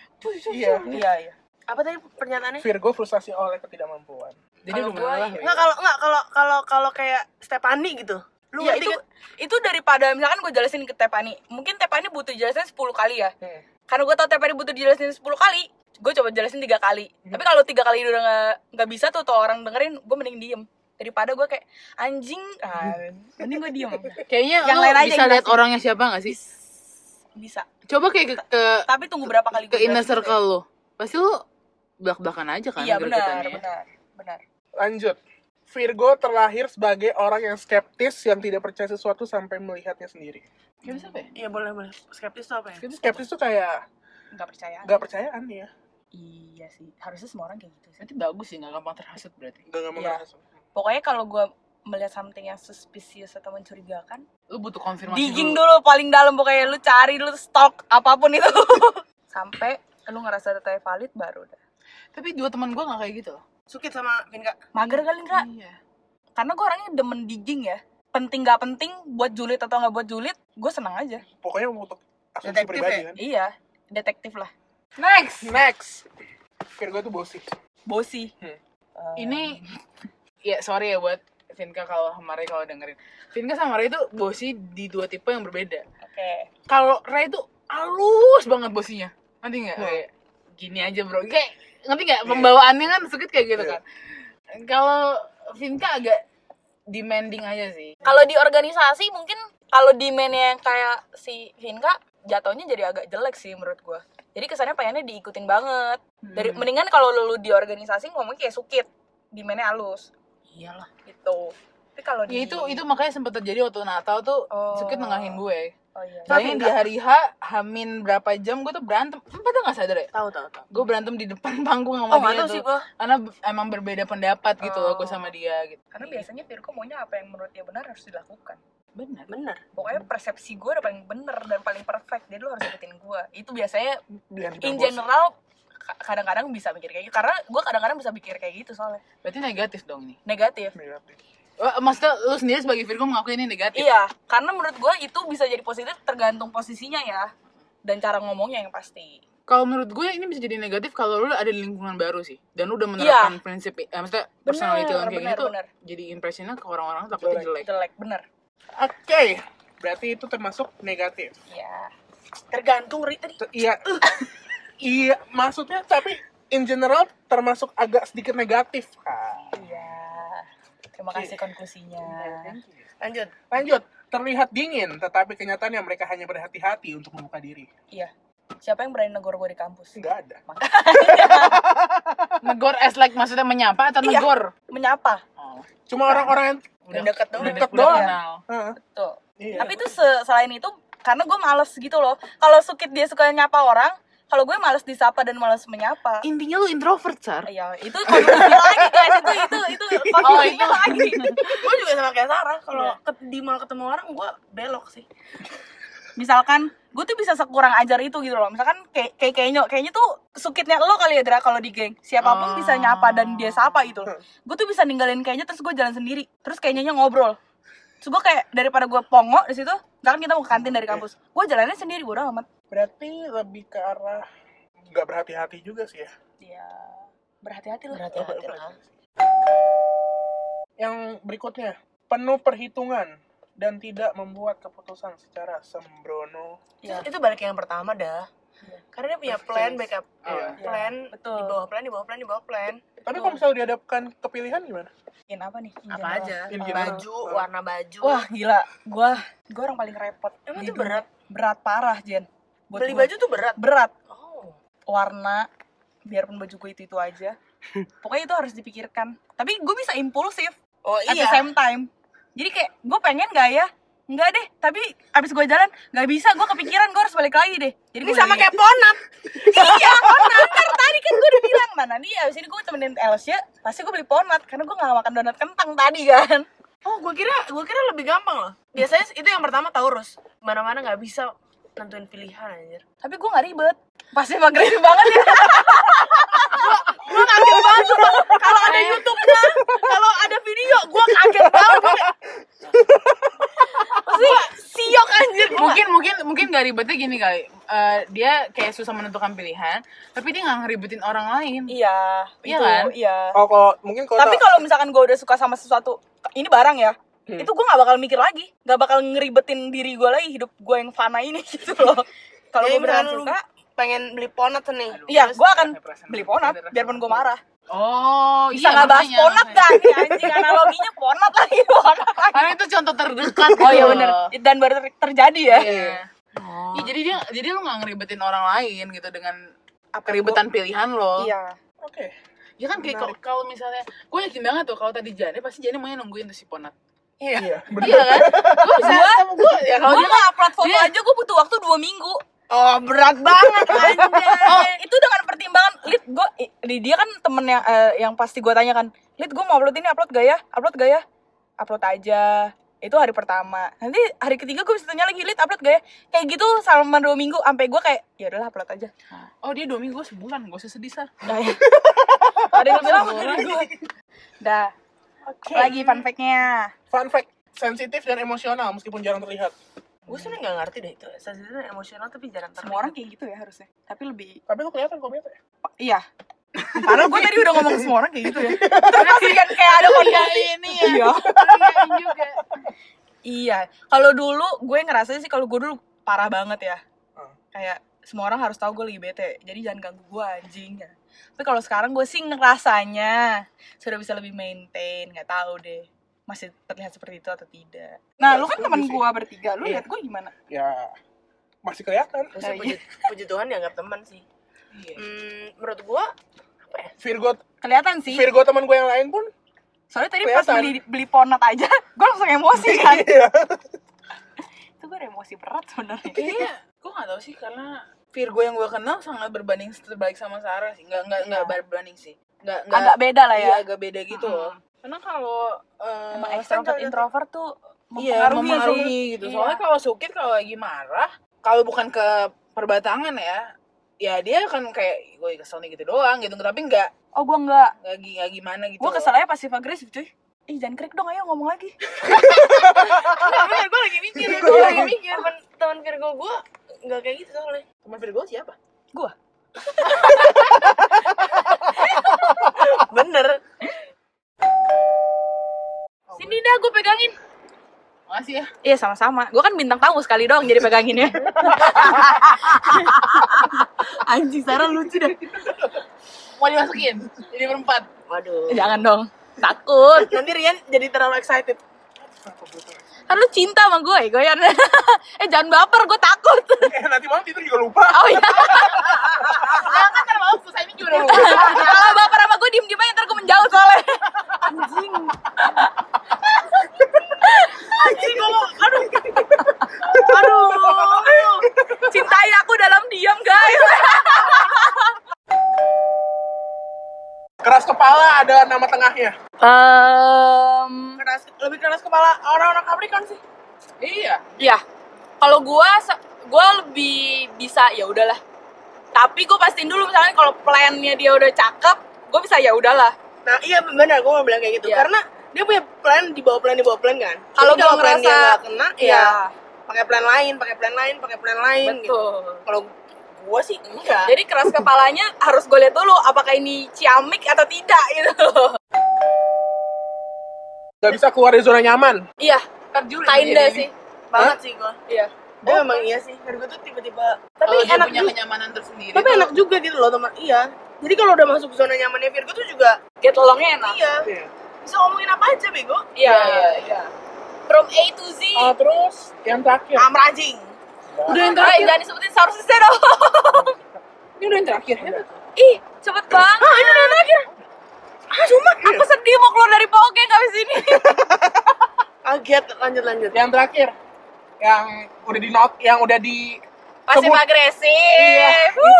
[SPEAKER 2] Iya.
[SPEAKER 4] Iya, iya.
[SPEAKER 1] apa tadi pernyataannya
[SPEAKER 2] Virgo frustasi oleh ketidakmampuan.
[SPEAKER 3] Jadi
[SPEAKER 4] Kalau
[SPEAKER 3] lu
[SPEAKER 4] gua
[SPEAKER 3] malah. ya.
[SPEAKER 1] nggak kalau nggak kalau kalau kalau kayak Stepani gitu lu
[SPEAKER 4] Iya,
[SPEAKER 1] ngerti
[SPEAKER 4] itu
[SPEAKER 1] kan?
[SPEAKER 4] itu daripada misalkan gue jelasin ke Tepani, mungkin Tepani butuh jelasin 10 kali ya.
[SPEAKER 2] Hmm.
[SPEAKER 4] Karena gue tau Tepani butuh jelasin 10 kali, gue coba jelasin tiga kali. Tapi kalau tiga kali udah nggak nggak bisa tuh tuh orang dengerin, gue mending diem daripada gue kayak
[SPEAKER 3] [laughs]
[SPEAKER 4] anjing, ah, mending gue diem.
[SPEAKER 3] Kayaknya
[SPEAKER 4] Yang
[SPEAKER 3] lu
[SPEAKER 4] lain aja
[SPEAKER 3] bisa
[SPEAKER 4] yang
[SPEAKER 3] lihat orangnya siapa gak sih?
[SPEAKER 4] Bisa.
[SPEAKER 3] Coba kayak ke, ke-
[SPEAKER 4] Tapi tunggu berapa kali
[SPEAKER 3] ke
[SPEAKER 4] gua
[SPEAKER 3] inner
[SPEAKER 4] jelasin,
[SPEAKER 3] circle lo pasti lo belak-belakan aja
[SPEAKER 4] kayak,
[SPEAKER 3] kan
[SPEAKER 4] Iya benar,
[SPEAKER 3] gregetannya.
[SPEAKER 4] benar, benar.
[SPEAKER 2] Lanjut. Virgo terlahir sebagai orang yang skeptis yang tidak percaya sesuatu sampai melihatnya sendiri.
[SPEAKER 3] Kayak bisa apa ya?
[SPEAKER 1] iya boleh boleh skeptis tuh apa ya
[SPEAKER 2] Skeptis tuh kayak
[SPEAKER 4] Enggak percaya.
[SPEAKER 2] nggak percayaan ya.
[SPEAKER 4] Iya sih, harusnya semua orang kayak gitu sih.
[SPEAKER 3] berarti bagus sih nggak gampang terhasut berarti
[SPEAKER 2] Nggak nggak mau
[SPEAKER 4] Iya.
[SPEAKER 2] ngerasa.
[SPEAKER 4] Pokoknya kalau gue melihat something yang suspicious atau mencurigakan,
[SPEAKER 3] lu butuh konfirmasi
[SPEAKER 4] digging dulu paling dalam pokoknya lu cari lu stalk apapun itu [laughs] sampai lu ngerasa datanya valid baru dah
[SPEAKER 3] tapi dua teman gue nggak kayak gitu loh
[SPEAKER 1] sukit sama Vinka
[SPEAKER 4] mager kali Indra
[SPEAKER 3] iya
[SPEAKER 4] karena gue orangnya demen digging ya penting gak penting buat julid atau nggak buat julid gue senang aja
[SPEAKER 2] Pokoknya untuk asumsi
[SPEAKER 1] Detektif
[SPEAKER 2] pribadi
[SPEAKER 1] ya?
[SPEAKER 2] kan.
[SPEAKER 4] iya detektif lah
[SPEAKER 3] next
[SPEAKER 2] Next. Virgo tuh bosik.
[SPEAKER 4] bosi
[SPEAKER 2] Hmm.
[SPEAKER 4] Eh,
[SPEAKER 3] ini ya sorry ya buat Vinka kalau Hamari kalau dengerin Vinka sama Ray itu bosi di dua tipe yang berbeda
[SPEAKER 4] oke
[SPEAKER 3] kalau Ray itu halus banget bosinya nanti nggak
[SPEAKER 2] Wah.
[SPEAKER 3] kayak gini aja bro kayak nanti nggak pembawaannya kan sedikit kayak gitu
[SPEAKER 2] Iya.
[SPEAKER 3] kan kalau Vinka agak demanding aja sih
[SPEAKER 4] kalau di organisasi mungkin kalau demandnya yang kayak si Vinka jatuhnya jadi agak jelek sih menurut gue jadi kesannya pengennya diikutin banget dari mendingan kalau lu di organisasi ngomong kayak sukit demandnya halus
[SPEAKER 3] iyalah
[SPEAKER 4] gitu tapi kalau di
[SPEAKER 3] Ya itu itu makanya sempat terjadi waktu Natal tuh
[SPEAKER 4] Oh.
[SPEAKER 3] Sukit nengahin gue.
[SPEAKER 4] oh iya
[SPEAKER 3] Soalnya di hari H Hamin berapa jam gue tuh berantem. Lu pada nggak sadar ya?
[SPEAKER 1] tahu tahu tahu
[SPEAKER 3] Gue berantem di depan [laughs] panggung sama
[SPEAKER 1] oh nggak
[SPEAKER 3] dia
[SPEAKER 1] tahu
[SPEAKER 3] tuh.
[SPEAKER 1] sih gua
[SPEAKER 3] Karena b- emang berbeda pendapat gitu loh gue
[SPEAKER 4] Oh.
[SPEAKER 3] sama dia gitu.
[SPEAKER 4] karena biasanya Virgo maunya apa yang menurut dia benar harus dilakukan
[SPEAKER 3] Benar.
[SPEAKER 1] bener
[SPEAKER 4] pokoknya persepsi gue udah paling bener dan paling perfect jadi lu harus ikutin gue itu biasanya
[SPEAKER 2] Biar
[SPEAKER 4] in general ka- kadang-kadang bisa mikir kayak gitu karena gue kadang-kadang bisa mikir kayak gitu soalnya
[SPEAKER 3] Berarti negatif dong ini.
[SPEAKER 2] Iya.
[SPEAKER 4] negatif
[SPEAKER 3] Wah, Maksudnya lu sendiri sebagai Virgo mengakui ini negatif.
[SPEAKER 4] iya karena menurut gue itu bisa jadi positif tergantung posisinya ya dan cara ngomongnya yang pasti
[SPEAKER 3] Kalau menurut gue ini bisa jadi negatif kalau lu ada di lingkungan baru sih dan lu udah menerapkan prinsip eh, maksudnya personality yang kayak
[SPEAKER 4] bener,
[SPEAKER 3] gitu
[SPEAKER 4] bener.
[SPEAKER 3] jadi impressionnya ke orang-orang takutnya jelek.
[SPEAKER 4] jelek bener
[SPEAKER 2] Oke. Berarti itu termasuk negatif.
[SPEAKER 4] ya
[SPEAKER 1] tergantung Ri tadi
[SPEAKER 2] Ter-
[SPEAKER 1] [laughs]
[SPEAKER 2] Iya. iya, maksudnya tapi in general termasuk agak sedikit negatif kan.
[SPEAKER 4] iya terima kasih konklusinya
[SPEAKER 1] Iya.
[SPEAKER 2] Iya.
[SPEAKER 1] lanjut
[SPEAKER 2] Lanjut, terlihat dingin, tetapi kenyataannya mereka hanya berhati-hati untuk membuka diri.
[SPEAKER 4] iya siapa yang berani negor gue di kampus
[SPEAKER 2] nggak ada
[SPEAKER 3] Negor as like maksudnya menyapa atau
[SPEAKER 4] Iya.
[SPEAKER 3] negor?
[SPEAKER 4] menyapa
[SPEAKER 3] Oh,
[SPEAKER 2] cuma orang-orang yang
[SPEAKER 4] udah deket dong
[SPEAKER 2] udah deket
[SPEAKER 3] udah
[SPEAKER 2] doang.
[SPEAKER 3] kenal.
[SPEAKER 2] Heeh.
[SPEAKER 4] betul
[SPEAKER 2] Iya.
[SPEAKER 4] tapi itu se- selain itu karena gue males gitu loh kalau sukit dia suka nyapa orang kalau gue males disapa dan males menyapa
[SPEAKER 3] Intinya lu introvert, Sar.
[SPEAKER 4] Iya, itu konklusi [laughs] lagi guys, itu itu itu konklusinya lagi.
[SPEAKER 1] gue juga sama kayak Sarah kalau ket- di mall ketemu orang gue belok sih
[SPEAKER 4] Misalkan gue tuh bisa sekurang ajar itu gitu loh. Misalkan kayak kayak kayaknya kayaknya tuh sukitnya lo kali ya Dra kalau di geng. Siapapun bisa
[SPEAKER 3] Ah.
[SPEAKER 4] nyapa dan dia sapa gitu loh. Gue tuh bisa ninggalin kayaknya terus gue jalan sendiri. Terus kayaknya ngobrol. Terus gue kayak daripada gue pongo di situ, misalkan kita mau ke kantin dari kampus, gue jalannya sendiri bodo amat.
[SPEAKER 2] berarti lebih ke arah nggak berhati-hati juga sih ya
[SPEAKER 4] Dia berhati-hati loh.
[SPEAKER 1] berhati-hati lah
[SPEAKER 2] yang berikutnya penuh perhitungan dan tidak membuat keputusan secara sembrono
[SPEAKER 4] Iya.
[SPEAKER 1] Terus itu balik yang pertama dah karena dia punya plan backup
[SPEAKER 3] Iya.
[SPEAKER 1] plan
[SPEAKER 4] Betul.
[SPEAKER 1] di bawah plan di bawah plan di bawah plan
[SPEAKER 2] tapi kalau misalnya dihadapkan ke pilihan gimana
[SPEAKER 4] Bikin apa nih?
[SPEAKER 1] apa aja
[SPEAKER 2] In general.
[SPEAKER 1] baju warna baju
[SPEAKER 4] Wah gila, gue gue orang paling repot.
[SPEAKER 1] Emang itu
[SPEAKER 4] di dunia.
[SPEAKER 1] berat?
[SPEAKER 4] Berat parah Jen. Buat
[SPEAKER 1] beli
[SPEAKER 4] gua.
[SPEAKER 1] baju tuh berat
[SPEAKER 4] berat
[SPEAKER 1] oh
[SPEAKER 4] warna biarpun baju gue itu itu
[SPEAKER 1] [laughs]
[SPEAKER 4] aja pokoknya itu harus dipikirkan tapi gue bisa impulsif
[SPEAKER 1] oh
[SPEAKER 4] at the
[SPEAKER 1] iya
[SPEAKER 4] same time jadi kayak gue pengen gak ya nggak deh tapi abis gue jalan nggak bisa gue kepikiran gue harus balik lagi deh jadi
[SPEAKER 1] ini
[SPEAKER 4] gua
[SPEAKER 1] sama
[SPEAKER 4] balik
[SPEAKER 1] kayak ponat
[SPEAKER 4] [laughs] iya ponat kan tadi kan gue udah bilang mana nih abis ini gue temenin Elsie pasti gue beli ponat karena gue nggak makan donat kentang tadi kan
[SPEAKER 1] oh gue kira gue kira lebih gampang loh biasanya itu yang pertama taurus mana mana nggak bisa nentuin pilihan anjir
[SPEAKER 4] tapi gue nggak ribet pasti emang agresif banget ya
[SPEAKER 1] gue kaget banget sumpah. kalau ada YouTube nya kalau ada video gue kaget banget Gua
[SPEAKER 4] [laughs]
[SPEAKER 1] kayak- pasti siok anjir gua
[SPEAKER 3] mungkin mungkin mungkin gak ribetnya gini kali Eh, dia kayak susah menentukan pilihan tapi dia nggak ngeribetin orang lain
[SPEAKER 4] iya
[SPEAKER 3] Iya
[SPEAKER 4] itu,
[SPEAKER 3] kan?
[SPEAKER 4] iya
[SPEAKER 2] kalau Oh, kalau- mungkin kalau
[SPEAKER 4] tapi kalau misalkan gue udah suka sama sesuatu ini barang ya
[SPEAKER 2] Hmm.
[SPEAKER 4] itu gue nggak bakal mikir lagi nggak bakal ngeribetin diri gue lagi hidup gue yang fana ini [laughs] gitu loh kalau
[SPEAKER 1] Jadi
[SPEAKER 4] gue
[SPEAKER 1] Ya, misalkan
[SPEAKER 4] beneran
[SPEAKER 1] Iya, lu
[SPEAKER 4] suka
[SPEAKER 1] pengen beli ponat nih
[SPEAKER 4] iya
[SPEAKER 1] Terus
[SPEAKER 4] gue akan
[SPEAKER 3] ada perasaan
[SPEAKER 4] beli
[SPEAKER 3] berarti,
[SPEAKER 4] ponat
[SPEAKER 3] ada rasa
[SPEAKER 4] biarpun gue
[SPEAKER 3] berarti.
[SPEAKER 4] marah
[SPEAKER 3] oh
[SPEAKER 4] bisa nggak bahas
[SPEAKER 3] makanya.
[SPEAKER 4] ponat kan ya, anjing analoginya ponat lagi [laughs] ponat lagi
[SPEAKER 3] karena itu contoh terdekat
[SPEAKER 4] [laughs] oh iya
[SPEAKER 3] gitu.
[SPEAKER 4] bener dan baru ter- terjadi ya
[SPEAKER 3] Iya. Iya, jadi dia jadi lu nggak ngeribetin orang lain gitu dengan keribetan pilihan lo
[SPEAKER 4] iya
[SPEAKER 2] oke
[SPEAKER 3] ya kan kayak kalau- kalau misalnya gue yakin banget tuh kalau tadi Jane pasti Jane maunya nungguin tuh si
[SPEAKER 4] [laughs]
[SPEAKER 3] ponat
[SPEAKER 2] iya bener
[SPEAKER 3] iya kan gue bisa sama gue ya kalau
[SPEAKER 4] gue
[SPEAKER 3] dia
[SPEAKER 4] nggak upload foto
[SPEAKER 3] dia-
[SPEAKER 4] aja gue butuh waktu dua minggu
[SPEAKER 1] oh berat
[SPEAKER 4] [laughs]
[SPEAKER 1] banget anjir
[SPEAKER 4] Oh, itu dengan pertimbangan lid gue dia kan temen yang eh, yang pasti gue tanya kan lid gue mau upload ini upload gak ya upload gak ya upload aja itu hari pertama nanti hari ketiga gue bisa tanya lagi lid upload gak ya kayak gitu selama dua minggu sampai gue kayak ya udahlah upload aja Nah, ya.
[SPEAKER 3] oh dia dua minggu gue sebulan gue usah sedih sar Iya,
[SPEAKER 4] ada yang bilang
[SPEAKER 3] Sebulan.
[SPEAKER 4] dah
[SPEAKER 2] oke
[SPEAKER 4] lagi fun fact-nya
[SPEAKER 2] fun fact sensitif dan emosional meskipun jarang terlihat
[SPEAKER 1] gue sebenernya gak ngerti deh itu sensitif dan emosional tapi jarang terlihat
[SPEAKER 4] semua orang kayak gitu ya harusnya tapi lebih
[SPEAKER 2] tapi lu kelihatan kok bete
[SPEAKER 4] iya Padahal gue tadi udah ngomong semua orang kayak gitu ya Terus pasti kan kayak [laughs] ada kondisi ini ya
[SPEAKER 3] Iya juga
[SPEAKER 4] Iya, kalau dulu gue ngerasa sih kalau gue dulu parah banget ya.
[SPEAKER 2] Hmm.
[SPEAKER 4] Kayak semua orang harus tahu gue lagi bete, jadi jangan ganggu gue anjing. ya. Tapi kalau sekarang gue sih ngerasanya sudah bisa lebih maintain, nggak tahu deh masih terlihat seperti itu atau tidak. Nah, lu kan
[SPEAKER 2] Setuju
[SPEAKER 4] teman
[SPEAKER 2] sih.
[SPEAKER 4] gue bertiga, lu
[SPEAKER 2] Iya.
[SPEAKER 4] lihat gue gimana? gitu.
[SPEAKER 2] ya masih kelihatan
[SPEAKER 1] Gua sih puji, puji Tuhan dianggap teman sih hmm, menurut gue
[SPEAKER 2] Iya. Virgo
[SPEAKER 4] Kelihatan sih.
[SPEAKER 2] Virgo teman gue yang lain pun
[SPEAKER 4] Soalnya tadi pas
[SPEAKER 2] Kelihatan.
[SPEAKER 4] beli beli ponat aja, [laughs] gue langsung
[SPEAKER 3] [laughs]
[SPEAKER 4] emosi kan.
[SPEAKER 2] iya
[SPEAKER 4] itu gue udah emosi berat sebenarnya.
[SPEAKER 3] kayaknya gue gak tau sih karena Virgo yang gue kenal sangat berbanding terbalik sama Sarah sih nggak nggak nggak
[SPEAKER 4] Iya.
[SPEAKER 3] berbanding sih nggak
[SPEAKER 4] Agak beda lah
[SPEAKER 3] iya,
[SPEAKER 4] ya.
[SPEAKER 3] agak beda gitu loh
[SPEAKER 4] Mm-mm.
[SPEAKER 3] karena kalau eh,
[SPEAKER 4] Emang
[SPEAKER 3] kan
[SPEAKER 4] extrovert
[SPEAKER 3] kalau-
[SPEAKER 4] introvert tuh
[SPEAKER 3] iya
[SPEAKER 4] mempengaruhi, sih.
[SPEAKER 3] mempengaruhi gitu
[SPEAKER 4] Iya.
[SPEAKER 3] soalnya kalau sukit kalau lagi marah kalau bukan ke perbatangan ya ya dia akan kayak gue kesel nih gitu doang gitu tapi nggak
[SPEAKER 4] Oh, gue nggak
[SPEAKER 3] nggak gi- nggak gimana gitu
[SPEAKER 4] Gue kesalnya pasif agresif cuy Ih jangan krik dong ayo ngomong lagi
[SPEAKER 1] gue Ah, lagi mikir gue lagi mikir teman teman Virgo gue nggak kayak gitu soalnya
[SPEAKER 3] teman Virgo siapa
[SPEAKER 4] Gue
[SPEAKER 3] Oh,
[SPEAKER 1] bener
[SPEAKER 4] Sini dah gue pegangin
[SPEAKER 3] makasih ya
[SPEAKER 4] Iya sama-sama Gue kan bintang tamu sekali doang jadi
[SPEAKER 3] [laughs]
[SPEAKER 4] peganginnya Anjing Sarah lucu deh
[SPEAKER 3] mau dimasukin jadi berempat
[SPEAKER 1] waduh
[SPEAKER 4] Jangan dong Takut
[SPEAKER 1] nanti Rian jadi terlalu excited
[SPEAKER 4] Kan lu cinta sama gue Goyan ya, [laughs] Eh jangan baper gue takut
[SPEAKER 2] [laughs] eh nanti malam tidur juga udah lupa.
[SPEAKER 4] Oh iya.
[SPEAKER 3] Ah, kan ntar malam selesai ini juga udah lupa.
[SPEAKER 4] Kalau baper sama gue diem-diem aja ntar gue menjauh soalnya.
[SPEAKER 1] anjing anjing gue mau aduh aduh
[SPEAKER 4] Cintai aku dalam diam guys.
[SPEAKER 2] Keras kepala ada nama tengahnya.
[SPEAKER 4] Um,
[SPEAKER 1] keras lebih keras kepala orang-orang Capricorn sih
[SPEAKER 3] Iya.
[SPEAKER 4] ya. Kalau gue gue lebih bisa ya udahlah. Tapi gue pastiin dulu misalnya kalau plannya dia udah cakep, gue bisa ya udahlah.
[SPEAKER 1] nah iya benar gue mau bilang kayak gitu
[SPEAKER 4] Iya.
[SPEAKER 1] karena dia punya plan di bawah plan di bawah plan kan Jadi
[SPEAKER 4] Kalau gua
[SPEAKER 1] plan dia
[SPEAKER 4] ngerasa- Iya,
[SPEAKER 1] nggak kena ya pakai plan lain pakai plan lain pakai plan lain gitu
[SPEAKER 4] betul.
[SPEAKER 1] kalau gue sih enggak
[SPEAKER 4] Jadi keras kepalanya harus gue lihat dulu apakah ini ciamik atau tidak gitu. [laughs]
[SPEAKER 2] Gak bisa keluar dari zona nyaman.
[SPEAKER 4] Iya,
[SPEAKER 3] Ntar Juli.
[SPEAKER 4] kinda
[SPEAKER 3] jadinya.
[SPEAKER 4] sih.
[SPEAKER 1] banget sih gue
[SPEAKER 4] Iya.
[SPEAKER 1] dia memang iya sih dan gue tuh tiba-tiba Oh. tapi
[SPEAKER 3] Kalau Oh, dia
[SPEAKER 1] enak
[SPEAKER 3] punya
[SPEAKER 1] juga
[SPEAKER 3] kenyamanan tersendiri.
[SPEAKER 1] tapi
[SPEAKER 3] tuh,
[SPEAKER 1] enak juga gitu loh teman iya jadi kalau udah masuk zona nyamannya Virgo tuh juga
[SPEAKER 4] Get alongnya enak.
[SPEAKER 1] iya
[SPEAKER 2] Iya.
[SPEAKER 1] bisa ngomongin apa aja bego
[SPEAKER 4] Iya, iya, iya. From A to Z.
[SPEAKER 2] Ah, terus yang
[SPEAKER 1] Iya.
[SPEAKER 2] terakhir.
[SPEAKER 1] amrajing
[SPEAKER 3] Udah yang
[SPEAKER 4] Eh,
[SPEAKER 3] terakhir.
[SPEAKER 4] jangan disebutin sausnya dong. Iya,
[SPEAKER 3] Ini udah yang terakhir.
[SPEAKER 4] Ih, cepet banget.
[SPEAKER 1] ah ini udah terakhir ah cuma
[SPEAKER 4] Aku sedih mau keluar dari poke habis ini.
[SPEAKER 1] kaget Ah, lanjut lanjut
[SPEAKER 2] Yang terakhir. Yang udah di not, yang udah di
[SPEAKER 4] Pasif
[SPEAKER 2] sebut. Iya,
[SPEAKER 4] agresif.
[SPEAKER 2] itu